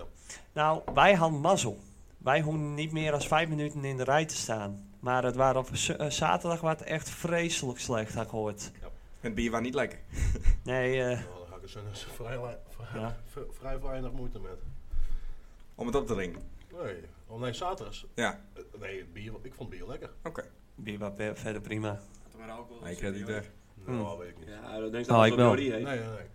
B: Nou, wij hadden mazzel. Wij hoeven niet meer dan vijf minuten in de rij te staan. Maar het waren op z- eh, zaterdag was het echt vreselijk slecht, had ik gehoord.
A: Het bier was niet lekker.
B: Nee, eh,
E: Nou, daar ga ik dus een- vrij, la- vrij,
B: Ja.
E: v- vrij weinig moeite met.
A: Om het op te drinken.
E: Nee, oh nee, zaterdags.
A: Ja.
E: Eh, Nee, het bier, ik vond bier lekker.
B: bier was pe- verder prima.
F: Had er maar alcohol
A: Nee, ik
F: zitten,
A: heb niet
F: joh.
A: weg.
E: Nou, weet ik niet.
C: Ja, dat denk ik
B: Oh,
C: dat
B: ik
C: het
B: wel.
C: wel Jordi
E: Nee,
C: heet.
E: nee, nee.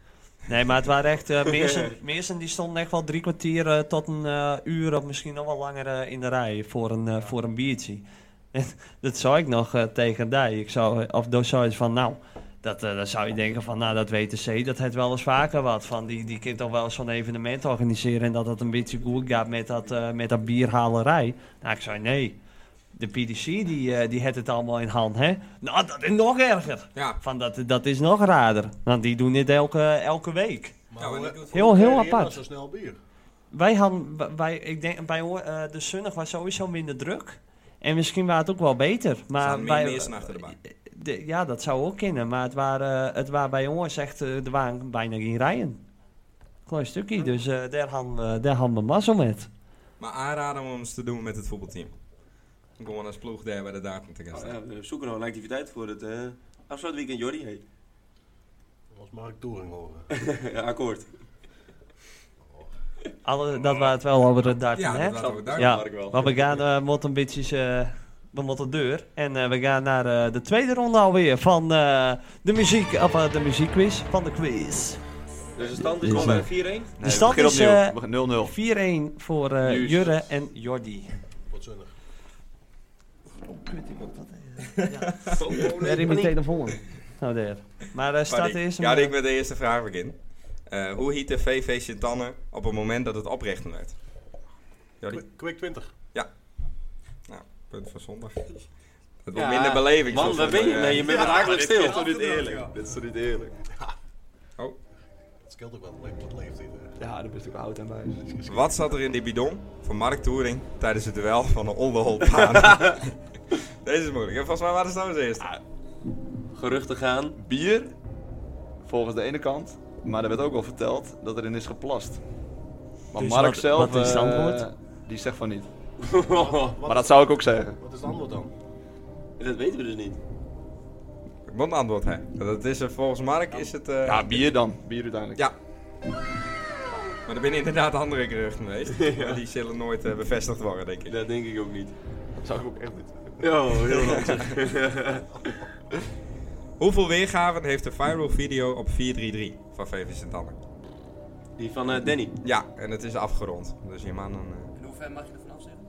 B: Nee, maar het waren echt... eh Meersen, Meersen die stonden echt wel drie kwartier eh, tot een eh, uur of misschien nog wel langer eh, in de rij voor een, eh, voor een biertje. En dat zou ik nog eh, tegen die. Ik zou, eh, of dan zou je van, nou, dat, eh, dan zou je denken van, nou, dat WTC, dat heeft wel eens vaker wat. Van die, die kan toch wel eens zo'n evenement organiseren en dat dat een beetje goed gaat met dat, eh, met dat bierhalerij. Nou, ik zei, nee. De PDC, die, eh, die heeft het allemaal in hand, hè? Nou, dat is nog erger.
A: Ja.
B: Van dat, dat is nog raarder. Want die doen dit elke, elke week.
E: Maar
A: Nou, en
E: hoe-
A: ik doe het
B: Heel,
E: hoe
B: heel
E: krijg je
B: apart.
E: nou zo snel bier.
B: Wij hadden, w- wij, ik denk, bij hoor- eh, de zonnig was sowieso minder druk. En misschien was het ook wel beter. Maar
A: Staan meer
B: bij,
A: mensen achter de
B: eh,
A: baan.
B: de- ja, dat zou ook kunnen. Maar het waren, eh, het waren bij jongens echt, eh, er waren bijna geen rijen. Klein stukje, dus eh, daar hadden we, daar hadden we mazzel met.
A: Maar aanraden om eens te doen met het voetbalteam. Gewoon als ploeg daar bij de datum te gaan
C: Oh,
A: staan.
C: ja, we zoeken nog een activiteit voor het eh afsluitweekend Jordi heet.
E: Dat was Mark Toering eh, horen.
C: ja, akkoord.
B: Alle, dat was het wel over het darten,
A: Ja,
B: hè?
A: dat laten we daar.
B: Ja,
C: Mark wel.
B: maar we gaan eh, moeten een beetje... eh, we moeten deur. En eh, we gaan naar eh, de tweede ronde alweer van eh, de muziek... Of eh, de muziekquiz. Van de quiz.
C: Dus de stand is
B: Is,
C: gewoon bij
B: eh,
C: 4-1.
D: Nee,
B: stand
D: we beginnen
B: is,
D: opnieuw.
B: eh,
D: We beginnen 0-0.
B: 4-1 voor eh,
C: Juist.
B: Jurre en Jordi.
E: Wat zonnig.
B: Daar in mijn telefoon. Nou, daar. Maar eh staat
A: Maar die-
B: eerst...
A: Ja, die ik met de eerste vraag begin. Eh, hoe hiet de VV Sint-Anne op het moment dat het oprechten werd? Jordi,
E: Quick- Quick 20.
A: Nou, punt van zondag. Het wordt
C: Ja,
A: minder beleving.
C: Man,
A: zoals
C: waar
A: dat,
C: ben je
A: eh,
C: mee? Je bent eigenlijk
D: Dit
C: stil.
D: is toch niet eerlijk? Dit is toch niet eerlijk?
A: Oh,
E: Dat scheelt ook wel wat leeftijd. hè.
J: Ja, daar ben ik ook oud aan bij.
A: Wat zat er in die bidon van Mark Toering tijdens het duel van de onderholpaan? Deze is moeilijk. En volgens mij waren ze nou als eerste.
C: Geruchten gaan.
D: Bier, volgens de ene kant. Maar er werd ook al verteld dat erin is geplast. Maar
B: Dus
D: Mark
B: wat-
D: zelf,
B: wat is het
D: eh,
B: antwoord?
D: die zegt van niet.
C: dat
D: Maar dat zou ik ook zeggen.
E: Wat is het antwoord dan?
C: weten we dus niet.
A: Ik moet een antwoord hebben. Dat is er volgens Mark is het... eh,
D: Ja, bier dan. Bier uiteindelijk.
A: Ja. Maar er zijn inderdaad andere geruchten geweest. Maar die zullen nooit eh, bevestigd worden, denk ik.
C: Dat denk ik ook niet.
D: Dat zou ik ook echt niet.
C: Ja, heel lastig.
A: Hoeveel weergaven heeft de viral video op 433 van VV Sint-Anne?
C: Die van eh, Danny.
A: Ja, en het is afgerond. Dus je man dan... eh
F: En hoe ver mag je er vanaf zeggen?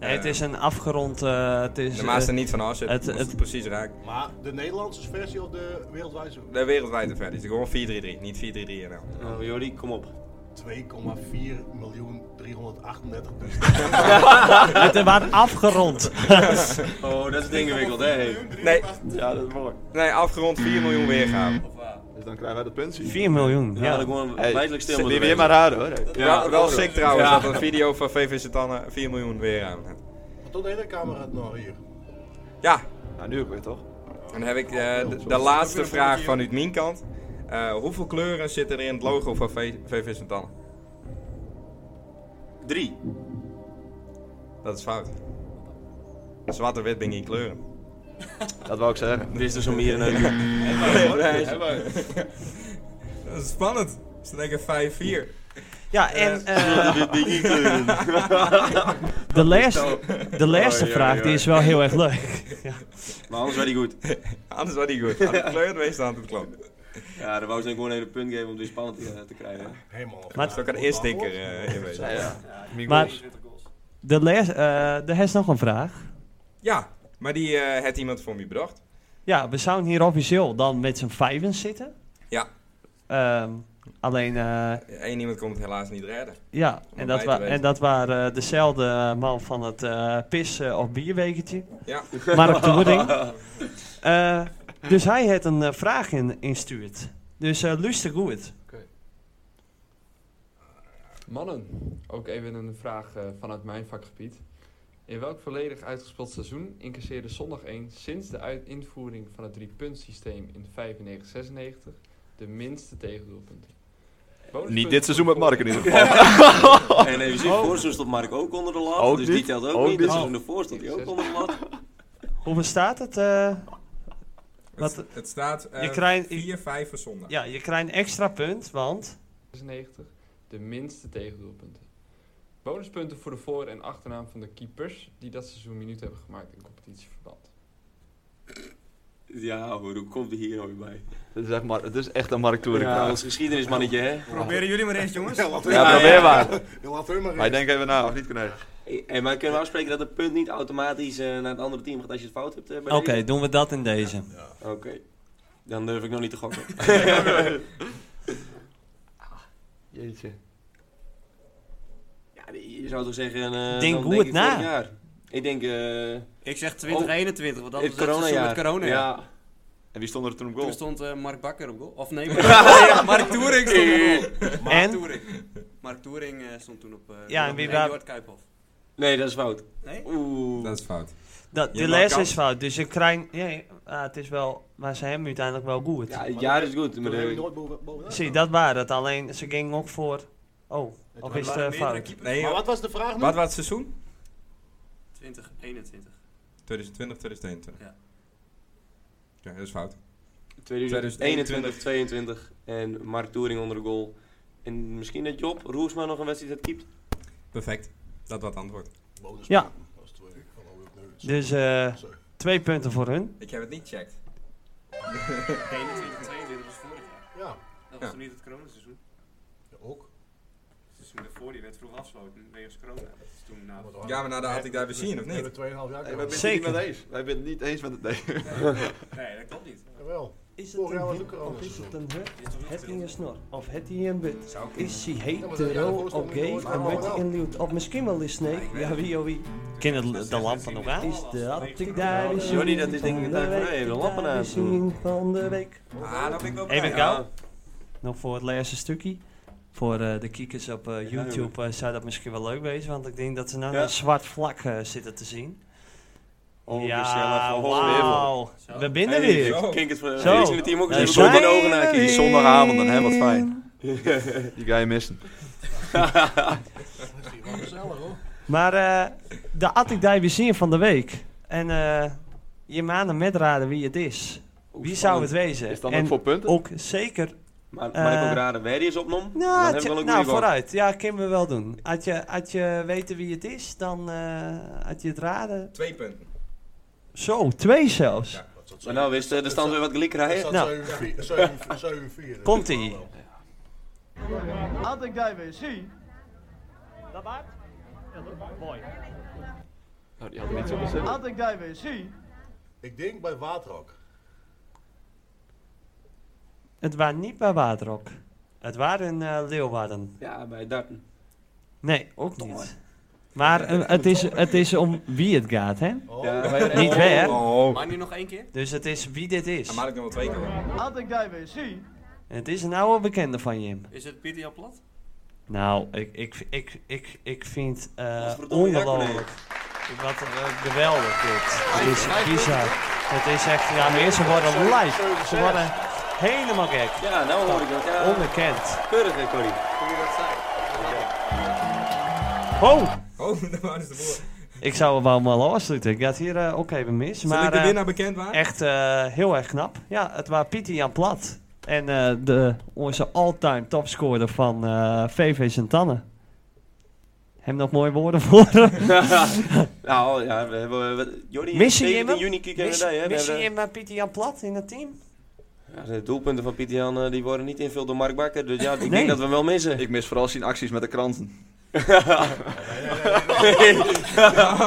B: Nee, het is een afgerond... eh, het is,
A: de maas er
B: eh,
A: niet van als je
B: het-
A: het, moest
B: het-
A: het precies raakt.
E: Maar de Nederlandse versie of de wereldwijze?
A: De wereldwijde versie. is Gewoon 433, niet 433 NL.
C: Oh, Jordi, kom op.
E: 2,4 miljoen 338
B: het eh, waren afgerond.
C: Oh, dat is ingewikkeld, hè? hey.
A: Nee,
D: Ja, dat is mooi.
A: nee, afgerond 4 miljoen weergaven.
F: Of waar?
D: Dus dan krijgen wij dat puntje.
B: 4 miljoen,
C: Ja, dat
B: ja.
C: ik gewoon
D: Hey,
C: leidelijk stil
D: zit
C: moeten
D: die weer maar
C: wezen.
D: raden hoor. Hey.
A: Ja,
C: Ja,
A: wel
C: ook
A: sick trouwens dat een video van VV Sint-Anne 4 miljoen weergaven had.
E: Wat doet de hele camera het nou hier?
A: Ja,
D: Nou, nu ook weer toch?
A: Dan heb ik eh, de, de laatste vraag vanuit mijn kant. Eh, hoeveel kleuren zitten er in het logo van V- VV Sint-Anne?
C: Drie.
A: Dat is fout. Zwart en wit ben geen kleuren.
D: Dat wou ik zeggen.
C: Er is dus om hier en uit.
A: Dat is spannend. Ze denken 5-4.
B: Ja, en... eh, de laatste, de laatste
C: ja,
B: vraag
C: ja.
B: die is wel heel erg leuk.
C: Maar anders werd hij goed.
A: Anders was die goed. Had de kleur het meest aan het klopt.
C: Ja, dan wou ze gewoon een hele punt geven om die spannend eh, te, te krijgen.
E: Helemaal.
B: Maar-
A: Zo kan de eerste denker eh, in wezen.
B: Maar
F: 20 goals.
B: de laatste... eh er is nog een vraag.
A: Ja, maar die eh, had iemand voor mij bedacht.
B: Ja, we zouden hier officieel dan met z'n vijven zitten.
A: Ja.
B: Ehm, alleen... eh,
A: Eén iemand kon het helaas niet redden.
B: Ja,
A: Om
B: en
A: erbij
B: dat,
A: te
B: wa-
A: wezen.
B: en dat waren eh, dezelfde man van het eh pis- eh, of bierwekentje.
A: Ja.
B: Mark Toering. Eh, dus hij heeft een eh, vraag in, instuurd. Dus eh luister goed.
J: Mannen, ook even een vraag eh, vanuit mijn vakgebied. In welk volledig uitgespeeld seizoen incasseerde zondag 1 sinds de uit- invoering van het driepuntsysteem in 95-96 de minste tegendoelpunten?
D: Niet dit seizoen met Mark in ieder geval.
C: En even zien,
B: Oh.
C: vorig seizoen stond Mark ook onder de lat.
D: Ook
C: dus
D: dit.
C: die telt ook,
D: Ook
C: niet.
D: dit.
C: Dus seizoen ervoor stond hij
B: Oh.
C: ook onder de lat.
B: Hoe bestaat het? eh? wat,
A: Het, het staat
B: je
A: eh
B: krijgt-
A: 4, 5 voor zondag.
B: ja, je krijgt een extra punt, want...
J: 96 de minste tegendoelpunten. Bonuspunten voor de voor- en achternaam van de keepers die dat seizoen minuten hebben gemaakt in competitieverband.
C: Ja hoor, hoe komt hij hier ooit bij?
D: Het is, echt Mar- het is echt een Mark Toerik.
C: Ja,
D: vraag.
C: ons geschiedenismannetje, hè?
F: Proberen jullie maar eens, jongens.
E: Ja, laten we-
D: Ja, probeer maar.
E: Ja, laten we maar
D: Wij
E: eens.
D: denken even na, of niet, Corné?
C: En maar kunnen we afspreken dat het punt niet automatisch eh, naar het andere team gaat als je het fout hebt? eh, bij
B: Oké, doen we dat in deze.
C: deze? Oké. Dan durf ik nog niet te gokken.
D: Jeetje.
C: ja, je zou toch zeggen... eh,
B: Denk
C: dan
B: hoe het
C: ik
B: na.
C: vorig jaar. Ik denk... eh
F: Ik zeg 2021, want dat
C: het
F: was het seizoen
C: coronajaar.
F: met corona.
C: Ja.
D: En wie stond er toen op
F: Toen
D: goal?
F: stond eh, Mark Bakker op goal. Of nee, Mark, Mark Toering stond op goal.
B: En?
F: Mark Toering. Mark Toering eh, stond toen op... eh,
B: Ja, en
F: op-
B: wie
F: nee,
B: waar-
F: Jort Kuiphoff.
C: Nee, dat is fout.
F: Nee?
C: Oeh.
A: Dat is fout.
B: Dat,
A: Je
B: de les
A: maakt
B: is fout, dus je krijgt... Ja, ja, ah, het is wel... Maar ze hebben uiteindelijk wel goed.
C: Ja, het jaar is goed.
E: Toen
C: Maar
E: hebben we
C: de,
E: nooit boven- bovenaan
B: Zie,
E: gestaan.
B: dat waren het. Alleen, ze gingen ook voor... Oh, of is het eh, fout?
A: Nee,
E: Maar
A: joh.
E: wat was de vraag nu?
A: wat was het seizoen?
F: 2021.
A: 2020, 2021.
F: Ja.
A: Ja, dat is fout.
C: 2021, 22 en Mark Toering onder de goal. En misschien dat Job Roersma nog een wedstrijd heeft keept.
A: Perfect. Dat was het antwoord.
E: Bonus
B: Ja.
E: punten. Dat was het werk. Oh, nou, nee, dat is-
B: Dus eh,
E: Sorry.
B: twee punten voor hun.
A: Ik heb het niet gecheckt.
F: 21, 22 was vorig jaar.
E: Ja,
F: Dat
A: Ja.
F: was toen niet het coronaseizoen.
E: ja, ook.
F: Het seizoen daarvoor die werd vroeg afgesloten wegens corona. Dat is toen eh, na...
A: Ja, maar nou, daar had ik daar weer zien, of
E: We hebben
A: niet?
E: 2,5 jaar
D: Hey, wij
E: gehad.
D: zijn het
B: Zeker.
D: niet met eens. Wij zijn het niet eens met het nee.
F: Nee, dat klopt niet.
E: Jawel.
B: Is
E: het een hip of is het
B: een hut?
F: Dit is toch niet
B: Heeft hij een
F: veel?
B: snor? Of heeft hij een but?
A: Zou ik
B: Is hij
E: hetero,
B: hetero
E: of
B: of
E: gay,
B: gay?
E: of
B: Of
E: wordt
B: wordt
E: hij
B: hij Of misschien wel een snake? Ja, wie of wie? Kennen de, de lampen nog aan? Is dat ik daar eens
C: Jordi,
B: zien
C: dat is denk ik
B: van
C: daar
B: de
C: voor-
B: week,
C: hey, de
B: ik
C: lampen
B: daar
C: aan.
B: eens zien van de week.
A: Ah, dat ben ik wel
B: Even
A: blij.
B: gaan. eh, Nog voor het laatste stukje. Voor eh, de kijkers op eh, YouTube eh, zou dat misschien wel leuk wezen, want ik denk dat ze nou
C: Ja.
B: een zwart vlak eh, zitten te zien.
C: Oh,
B: ja,
C: gezellig. Oh,
B: wauw.
F: Zo.
B: We binnen
C: Hey,
B: weer.
A: Zo.
C: Kink het eh, voor
B: Zo.
C: Zo. de team ook
B: Daar
C: eens even op
B: zijn
C: de ogen
B: we
C: naar
B: weer.
C: kijken.
D: Zondagavond, hè, wat fijn. Die ga je missen.
E: Dat is hier wel gezellig hoor.
B: Maar eh, de Attic die we zien van de week. En eh, je maanden met raden wie het is. Wie zou het wezen?
D: Is dat
B: en
D: ook voor punten?
B: ook zeker...
C: Maar, maar ik
B: Eh,
C: ook raden waar die is opnom. dan
B: Nou,
C: hebben we
B: tja-
C: wel een
B: nou
C: goede gok.
B: vooruit. Ja, kunnen we wel doen. Had je, had je weten wie het is, dan eh, had je het raden.
A: Twee punten.
B: Zo, twee zelfs.
A: Ja.
E: Dat zat
C: Maar nou, wist eh, er staan weer wat gelijk
E: dat
C: rijden.
E: zat
B: Nou.
E: 7-4, 7-4, 7-4.
B: Komt-ie.
E: Dat
I: Had ik daar weer zie.
B: Dat maakt? Mooi.
J: Nou, die hadden niet zo gezegd.
I: Had ik daar weer zie.
E: Ik denk bij Waterhok.
B: Het waren niet bij Waterok. Het waren eh, Leeuwarden.
C: Ja, bij Darten.
B: Nee, ook niet. Maar eh, het, is, het is om wie het gaat, hè?
E: Oh,
C: Ja,
E: ja.
C: wij-
B: Niet waar.
A: Oh.
F: Maar nu nog één keer?
B: Dus het is wie dit is.
A: Dan maak ik nog wel twee keer. hoor.
I: Had ik daar weer zie.
B: Het is een oude bekende van Jim.
F: Is het Pieter Jan Plat?
B: Nou, ik, ik, ik, ik, ik vind eh
C: Godverdomme, ja,
B: ongelooflijk. Wat eh, geweldig dit. Het is bizar. Het is echt, ja, mensen worden live. Ze worden helemaal gek.
C: Ja, nou hoor ik dat. Ja,
B: Ongekend.
C: keurig hè, Corrie.
B: Oh,
A: Oh, daar waren ze de boer.
B: ik zou hem wel maar afsluiten. Ik had hier eh, ook even mis.
A: Zal ik
B: Maar
A: de
B: eh,
A: winnaar bekend maken?
B: echt eh, heel erg knap. Ja, het waren Pieter Jan Plat. En eh, de, onze all-time topscorer van eh VV Santanne. Hem nog mooie woorden voor.
C: nou ja, we hebben... We, Jordi,
B: Missen je
C: 17
B: hem?
C: juni kieken we daar, hè. We
B: Misschien
C: hebben-
B: in maar eh, Pieter Jan Plat in het team?
C: Ja, de doelpunten van Pieter Jan eh, die worden niet invuld door Mark Bakker. Dus ja, ik
B: Nee.
C: denk dat we hem wel missen.
D: Ik mis vooral zien acties met de kranten.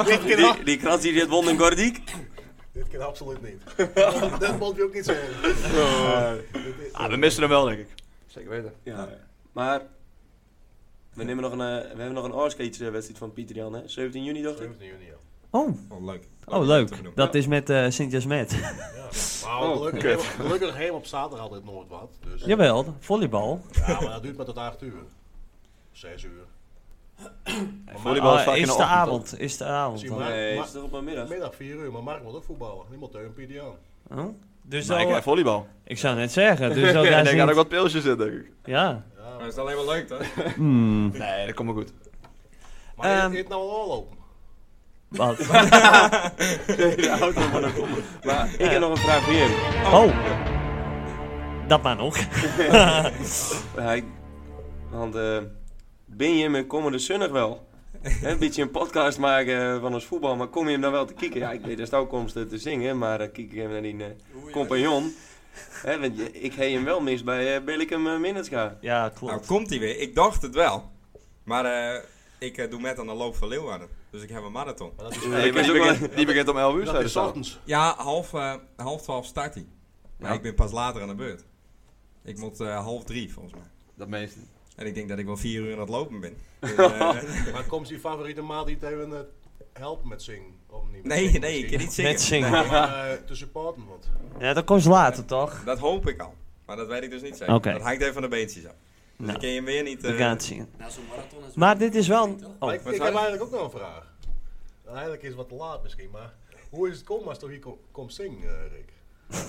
C: die, die krant die dit won in Gordiek.
E: Dit kan absoluut niet. dat moet je ook niet zeggen.
D: Ah, we missen hem wel, denk ik.
J: Zeker weten.
C: Ja. Maar we, nemen nog een, eh, we hebben nog een Orskates wedstrijd van Pieter Jan. Hè? 17 juni dacht ik.
E: 17 juni, ja.
B: Oh,
A: Oh, leuk.
B: Oh, leuk. Dat is met eh Sint-Jasmet.
E: Maar
C: Oh,
E: gelukkig,
D: kut.
E: helemaal- gelukkig helemaal op zaterdag altijd nooit wat. Dus, ja.
B: Jawel, volleybal.
E: maar dat duurt maar tot 8 uur. 6 uur.
D: Volleybal is
B: Ah,
D: vaak in
B: is
D: de
B: de
D: ochtend,
B: avond. Is de avond.
E: Zie
B: dan.
E: maar.
C: Nee,
E: maar-
C: is toch op een middag?
E: Middag 4 uur, maar Mark moet ook voetballen. Die moet tegen Pieter Jan.
B: Oh? Dus al-
D: Maar Nou, ik krijg volleybal.
B: Ik zou net zeggen. Dus al,
D: Ja,
B: daar
D: daar
B: zit-
D: gaan ook wat pilsjes in, denk ik.
B: Ja.
A: Dat is alleen maar leuk, toch?
B: Hmm.
D: Nee, dat komt wel goed.
E: Maar
B: Ehm,
E: um, het nou al open?
B: Wat?
C: de auto van een kom. Maar ik heb nog een vraag voor jullie.
B: Oh. Dat maar nog.
C: Ja, ik- want eh ben je hem komende zonnig wel? Hè, een beetje een podcast maken eh, van ons voetbal, maar kom je hem dan wel te kijken? Ja, ik weet dat is de uitkomst eh, te zingen, maar eh, kijk ik hem naar die eh, compagnon. Hè, want je- ik heb hem wel mis bij eh Billikum uh, Minnetka.
B: Ja, klopt.
A: Nou, komt hij weer. Ik dacht het wel. Maar eh, ik eh, doe met aan de loop van Leeuwarden. Dus ik heb een marathon.
E: Maar dat is,
C: Nee,
D: Die
C: maar is ook
D: begint- Die begint om 11 uur,
E: dat
D: zei
E: is
D: de zaal.
E: ochtends.
A: Ja, half, eh, half twaalf start hij. Maar
D: Ja.
A: ik ben pas later aan de beurt. Ik moet eh, half drie, volgens mij.
D: Dat meeste.
A: En ik denk dat ik wel vier uur aan het lopen ben. Dus, eh,
E: Maar komt die favoriete maat die het even eh, helpen met zingen? Of niet? met
A: nee,
E: zingen
A: nee, ik kan
E: misschien,
A: niet zingen.
B: Met zingen.
E: Maar eh, te supporten wordt.
B: Ja, dat komt later toch?
A: Dat hoop ik al. Maar dat weet ik dus niet zeker.
B: Oké.
A: Dat hangt even van de beentjes af. Dus
B: Nou.
A: ik ken je hem weer niet... eh,
B: We gaan het zien.
F: Nou, zo'n marathon is
B: Maar dit is wel...
F: Nee,
B: een-
F: toch?
E: Maar
B: Oh.
E: ik,
A: wat
E: ik
A: zei
E: heb
A: je?
E: eigenlijk ook nog een vraag. Nou, Eigenlijk is het wat te laat misschien, maar hoe is het komen als je hier ko- komt zingen, eh, Rick?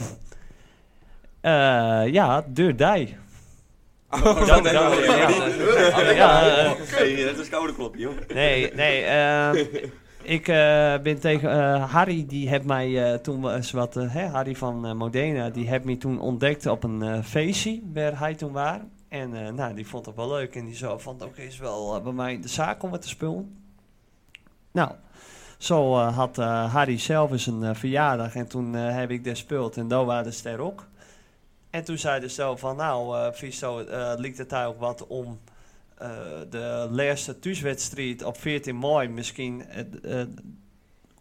B: Eh, ja, deur die.
A: Oh, dat-
B: dat- dat-
A: dat-
B: ja.
A: ja.
B: Ja, eh,
C: Hey, dat is koude klopje, joh.
B: Nee, nee. eh, ik eh, ben tegen eh, Harry, die heeft mij eh, toen was wat, eh, hè, Harry van eh, Modena, die heeft me toen ontdekt op een eh, feestje waar hij toen was. En eh, nou, die vond het wel leuk en die zo vond ook eens wel eh, bij mij de zaak om wat te spullen. Nou, zo eh, had eh, Harry zelf eens een eh, verjaardag en toen eh, heb ik daar gespeeld en daar waren ze daar ook. En toen zei de stel van, nou, eh Visto, eh liet het daar ook wat om eh, de laatste thuiswedstrijd op 14 mei misschien eh, eh,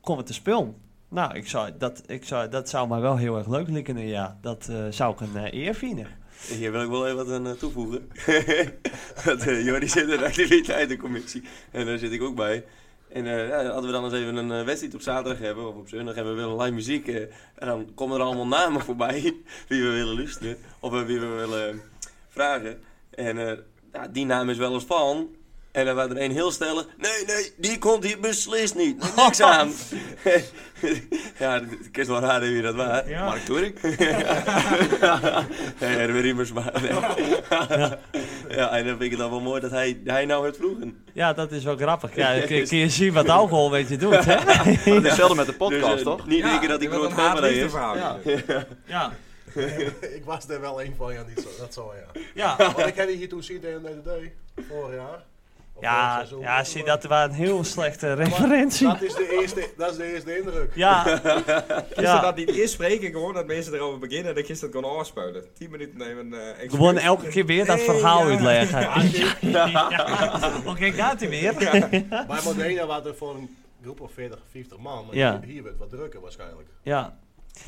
B: komen te spelen. Nou, ik zou, dat, ik zou, dat zou mij wel heel erg leuk likken. Ja, dat eh, zou ik een eh, eer vinden.
C: Hier wil ik wel even wat aan eh, toevoegen. Want eh, Jordi zit in de activiteitencommissie en daar zit ik ook bij. En eh ja, hadden we dan eens even een eh, wedstrijd op zaterdag hebben of op zondag hebben we wel een live muziek. eh, en dan komen er allemaal namen voorbij wie we willen luisteren of eh, wie we willen eh, vragen. En eh, ja, die naam is wel eens van. En dan waren er een heel stellen. Nee, nee, die komt hier beslist niet. Niks aan. ja, het is wel raar hoe je dat waar.
D: Mark Turing?
C: Nee, Erwin Riemersma. Nee. ja, en dan vind ik het dan wel mooi dat hij, hij nou het vroegen.
B: Ja, dat is wel grappig. Ja, dan kun je- kun je zien wat alcohol weet je doet, hè?
D: Dat is Hetzelfde met de podcast,
C: Dus, eh,
D: toch?
C: Niet denken
A: Ja,
C: dat ik
A: je bent
C: groot
A: een
C: fan van hij
A: haat-liefde
C: is.
A: verhaal.
D: Ja.
B: Ja,
E: ik was er wel een van, ja, niet zo, dat zo, ja.
B: ja.
E: Want ik heb die hier toen zien in de DDD, vorig jaar. Of vorig
B: Ja,
E: seizoen.
B: ja, zie, dat was een heel slechte
E: Maar
B: referentie.
E: Dat is de eerste, dat is de eerste indruk.
B: Ja,
A: Gisteren
B: ja.
A: dat niet is, spreek ik gewoon dat mensen erover beginnen. Dat ik gisteren kon afspelen. 10 minuten nemen. eh
B: We worden
A: excuus.
B: elke keer weer dat
A: Nee,
B: verhaal
A: ja.
B: uitleggen. Ja. Oké, gaat hij weer.
E: Bij Modena waren er voor een groep of 40, 50 man. Maar
B: Ja.
E: hier werd wat drukker waarschijnlijk.
B: Ja.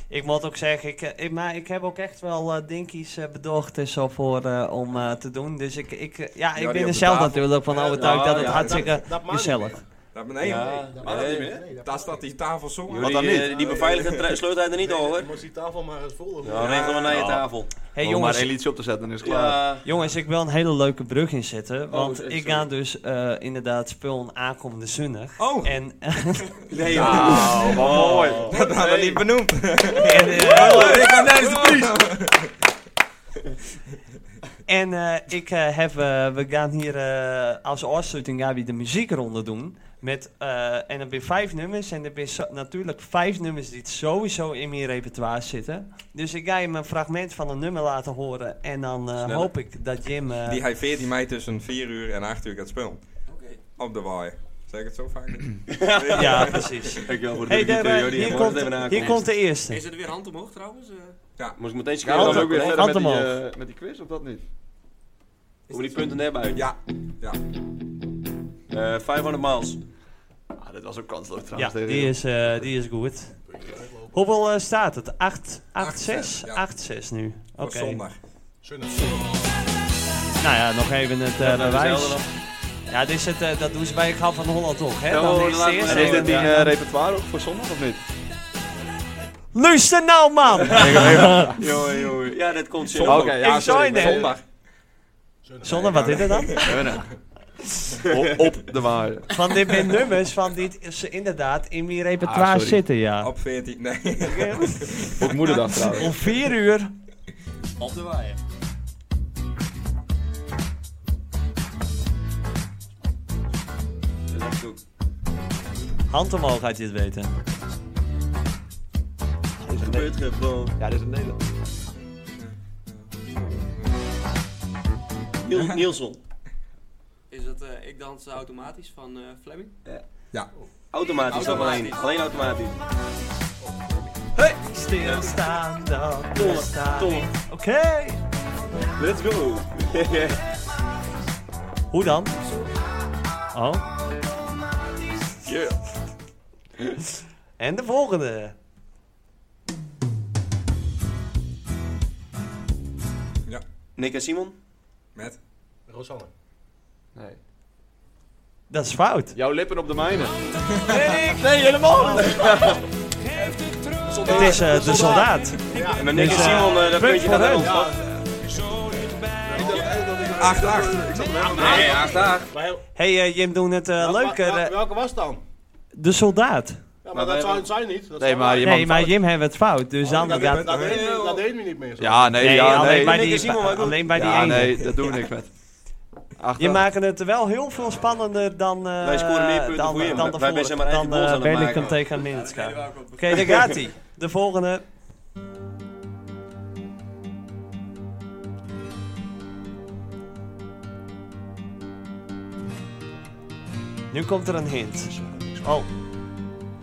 B: Ik moet ook zeggen, ik, eh, ik, maar ik heb ook echt wel eh dinkies eh, bedacht en zo voor eh, om eh, te doen. Dus ik, ik, eh, ja, ik
A: die
B: ben
A: op
B: er
A: de
B: zelf
A: tafel.
B: natuurlijk van
A: Ja,
B: overtuigd dat het
A: ja,
B: hartstikke
E: dat mag niet
B: gezellig.
A: Dat beneden.
C: Ja,
E: mag
C: nee.
A: Daar staat die tafel zongen.
D: Wat
C: Jullie,
D: dan niet?
C: eh, die beveiliger tra- sleut hij er niet over.
E: Je moest die tafel maar eens voelen.
C: Ja, regelen we naar je tafel.
B: Hey
D: Om maar
B: jongens,
D: één liedje op te zetten en is het klaar.
C: Ja.
B: jongens, ik wil een hele leuke brug inzetten. Want
C: eh,
B: ik
C: sorry.
B: ga dus eh, inderdaad spullen aankomende zondag.
A: Oh,
B: En,
C: Nee,
D: Oh, wat mooi.
A: dat hadden we niet benoemd. Oh,
B: en, eh,
A: Ik aan deze Vries.
B: En eh, ik eh, heb, eh, we gaan hier eh, als afsluiting gaan we de muziekronde doen. Met, eh, en er zijn vijf nummers. En er zijn zo- natuurlijk vijf nummers die sowieso in mijn repertoire zitten. Dus ik ga je een fragment van een nummer laten horen. En dan eh,
C: Sneller.
B: hoop ik dat Jim... eh,
A: Die hij 14 mei tussen 4 uur en 8 uur gaat spelen.
F: Oké.
A: Op de waaier. Zeg ik het zo vaak niet?
B: ja, precies.
C: Dankjewel voor de
B: Hey,
C: hey,
B: daar, eh, hier, komt, hier komt de
F: Is
B: eerste.
F: er weer hand omhoog trouwens? eh?
C: Moest ik meteen
D: Gaan we
C: schrijven
D: dan ook weer verder met die,
B: Hand
D: eh, met die quiz, of dat niet?
C: Hoe die punten hebben uit.
A: Ja. Ja.
C: Eh, 500 miles.
D: Ah, dit was ook kansloos
B: Ja,
D: trouwens. tegen
B: die is, eh, die is goed. Hoeveel eh, staat het? 8, 8, 6?
A: ja.
B: 8, 6 nu. Oké.
A: Op zondag.
B: Nou ja, nog even het eh, bewijs. Ja, dit is het, eh, dat doen ze bij Ik hou van Holland toch, hè?
C: Oh,
B: Dan is
C: laat
B: de
C: maar.
D: En
B: eerste.
D: is dit die
B: Ja.
D: eh, repertoire ook voor zondag, of niet?
B: Luister nou, man!
C: Jongen, jongen. Ja, dat komt zo.
D: Oké, ja,
B: ik zou
D: sorry,
B: je
D: maar-
B: net... Zondag, wat is er dan?
D: Zondag. op, op de waarde.
B: Van dit met nummers, van dit is ze inderdaad in mijn repertoire
D: Ah, sorry.
B: zitten, ja.
A: Op 14. Nee.
D: Ook moederdag trouwens.
B: Om vier uur.
F: Op de waaier.
C: Dat dacht ik ook.
B: Hand omhoog had je het weten.
C: Het gebeurt gewoon.
B: Ja, dit is in Nederland.
C: Niel, Nielson.
F: Is dat eh, Ik dans automatisch van eh, Fleming?
C: Automatisch, nog alleen. Alleen automatisch.
B: Hey! Stilstaan dan
C: Tolle,
B: bestaan.
C: tolle.
B: Oké.
C: Let's go.
B: Hoe dan? Oh. En de volgende.
C: Nick en Simon.
A: Met?
E: Rosanne.
J: Nee.
B: Dat is fout.
D: Jouw lippen op de mijne.
B: Nee, helemaal niet. Het is eh, de soldaat.
C: En met Nick
B: Dus,
C: en
B: eh,
C: Simon, eh, dat
B: punt
C: puntje
B: voor
C: gaat naar
B: hun.
C: ons.
B: Ja.
C: toch?
A: 8-8.
C: Nee, ja, graag.
E: Maar heel-
B: hey, eh, Jim, doen het eh,
E: wel-
B: leuk.
E: wel-
B: eh, de-
E: welke was het dan?
B: de soldaat.
E: Ja,
D: Maar
E: maar dat
D: wij-
E: zijn zij niet.
D: Nee,
E: Dat zijn
D: maar je
E: wij.
D: mag
B: Nee, maar Jim hebben het fout. Dus
D: Oh,
B: dan
E: dat,
B: gaat...
E: dat, dat, deden we- dat deden we niet meer. Zo.
D: Ja, nee,
B: Nee,
D: ja,
B: alleen
D: nee.
B: bij
C: Nick
B: die,
C: en Simon,
B: ba-
C: wij doen-
B: alleen bij die
D: ja,
B: ene.
D: nee, dat doen we niks met. Acht,
B: Je
D: acht.
B: maakt het er wel heel veel spannender dan, eh
C: Wij scoren meer punten
B: dan, eh,
C: voor je,
B: dan
C: maar wij
B: de
C: zijn
B: vorige.
C: maar eigen
B: Dan
C: goals aan
B: eh,
C: het
B: ben ik
C: maken.
B: hem tegen een minuut
F: Ja,
B: Oké,
F: daar wou ik op-
B: daar gaat hij. De volgende. Nu komt er een hint. Oh,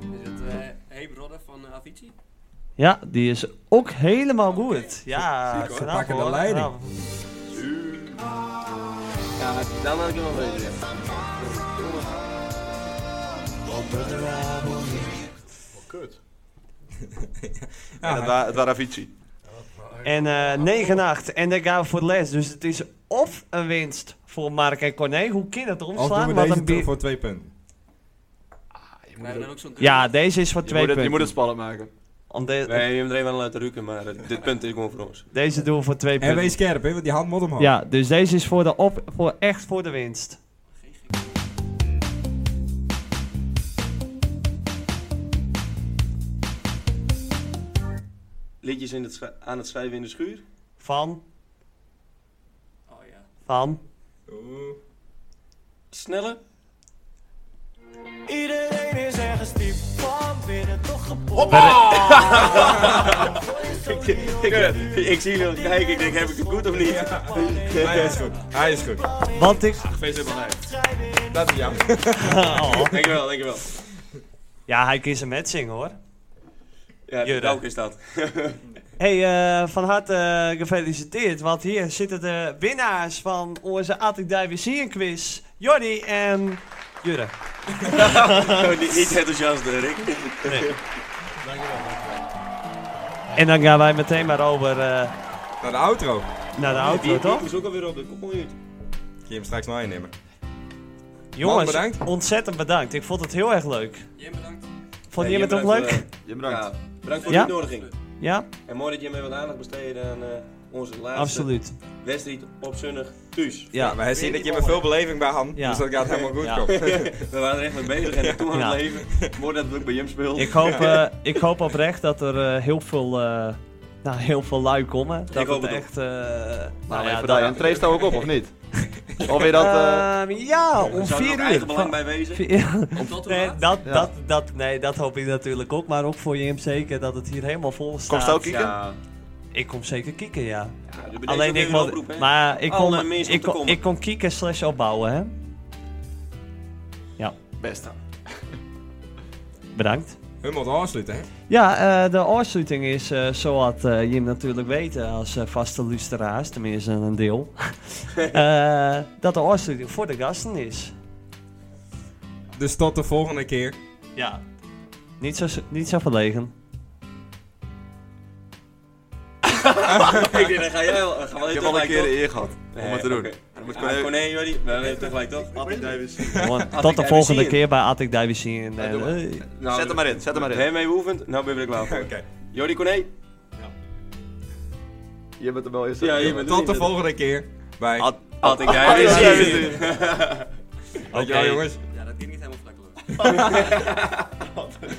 F: Is het eh, Hey Brother van eh, Avicii?
B: ja, die is ook helemaal goed. Ja,
A: hoor.
B: knap
A: Pakken de
B: hoor,
A: leiding.
B: knap.
C: Ja, dan had ik hem wel weten. ja.
E: Oh, kut.
D: En het, wa het waren Avicii.
B: En eh 9-8. En daar gaan we voor de les. Dus het is of een winst voor Mark en Corné. Hoe kan het
A: Of doen
B: omslaan?
A: we
B: Wat
A: deze
B: een
A: te-
B: bier-
A: voor twee punten?
F: Krijgen we dan ook zo'n
B: Ja, deze is voor
D: Je
B: twee
D: moet, het, je
B: punten.
D: moet het spannend maken.
B: Om de-
C: Nee, je hebt er even aan laten rukken, maar eh, dit punt is gewoon voor ons.
B: Deze doen we voor twee
A: En
B: punten.
A: wees scherp, hè, want die hand moet omhoog.
B: Ja, dus deze is voor de op, voor echt voor de winst.
C: Liedjes in het scha- aan het schrijven in de schuur.
B: Van,
F: Oh ja.
B: van.
A: Oeh.
C: Snelle.
B: Iedereen is ergens diep van binnen toch
C: ik, ik, eh, ik zie jullie kijken, ik denk, heb ik het goed of niet?
A: Hij is goed. Hij is goed.
B: Want ik...
C: Feest helemaal uit.
A: Dat is jammer.
B: Oh.
C: Dankjewel, dankjewel.
B: Ja, hij kiest een matching hoor.
C: Ja,
B: Jurre.
C: dank is dat.
B: Hey, eh, van harte eh, gefeliciteerd, want hier zitten de winnaars van onze Attic Diversien quiz. Jordi en Jurre.
C: niet, niet enthousiast, eh, Rick.
B: En dan gaan wij meteen maar over eh,
A: Naar de outro.
B: naar de auto,
C: Die
B: toch?
C: die is ook alweer op de kop. uit.
A: Kun je hem straks nog innemen. Man,
B: Jongens,
A: bedankt.
B: ontzettend bedankt. Ik vond het heel erg leuk.
F: Jim, bedankt.
B: Vond
C: Hey,
B: je het
C: Jim,
B: ook
C: bedankt
B: leuk?
C: voor
D: Je
C: de-
D: bedankt. Nou,
C: Ja, bedankt voor
B: Ja.
C: de uitnodiging.
B: ja,
C: En mooi dat je mij wat aandacht besteedde aan eh, onze laatste
B: absoluut.
C: wedstrijd op zonnig thuis.
A: Ja, maar hij ziet dat je met veel beleving bij Han.
B: Ja.
A: Dus dat gaat helemaal goed
B: Ja.
A: komen.
C: We waren er echt mee bezig en toen aan
B: Ja.
C: het leven. Mooi dat we ook bij Jim speelden.
B: Ik hoop, eh, ik hoop oprecht dat er eh, heel veel... eh nou, heel veel lui komen. Dat
C: hoop
B: het
C: het ook.
B: echt... eh nou,
D: Nou,
B: ja,
D: even
B: dat-
D: daar. En Trace nou ook op, of niet? Of weer dat... eh,
B: Ehm, ja, om
C: Zou
B: vier
C: er nog
B: uur.
C: eigen belang bij wezen?
F: Tot de
B: Nee,
F: laat.
B: dat,
D: Ja.
B: dat, dat, nee, dat hoop ik natuurlijk ook. Maar ook voor je hem zeker dat het hier helemaal vol staat.
D: Komt het ook kieken?
C: Ja.
B: Ik kom zeker kieken, ja.
C: Ja, dus bij deze ook
B: Alleen ik
C: even een
B: kon,
C: oproep, hè.
B: maar ik
C: Alle
B: kon,
C: mensen om
B: ik,
C: te
B: kon,
C: komen.
B: ik kon kieken slash opbouwen, hè.
D: Best.
B: Bedankt.
A: Hun moet afsluiten, hè?
B: Ja, eh, de oorsluiting is, eh zoals eh Jim natuurlijk weten als eh, vaste luisteraars, tenminste een deel, eh, dat de oorsluiting voor de gasten is.
A: Dus tot de volgende keer.
B: Ja. Niet zo, niet zo verlegen.
C: Ik denk, dan ga jij wel. dan Gaan we
D: Ik
C: even
D: heb al een
C: tegelijk,
D: keer de
C: toch?
D: eer gehad om het te doen.
C: oké.
D: Dan moet ik gewoon
C: Ah,
D: even-
C: Corné, Jordi, we hebben tegelijk toch? Altijd Davis.
B: Gewoon Tot de
C: Divizien.
B: volgende keer bij Attic Divizien.
C: Ja, doe maar.
B: Hey.
C: Nou,
D: Zet hem maar in, zet hem maar in.
C: Daarmee beoefend, nou ben je er klaar voor.
A: Oké.
C: Jordi Corné?
D: Je bent er wel in.
C: Ja, je bent Oh,
A: Tot de volgende keer. Bij
D: Ad-
C: Altijd
D: Ad-
C: Davis.
D: Ad-
A: Dankjewel, jongens.
F: Ja, dat ging niet helemaal vlekkeloos.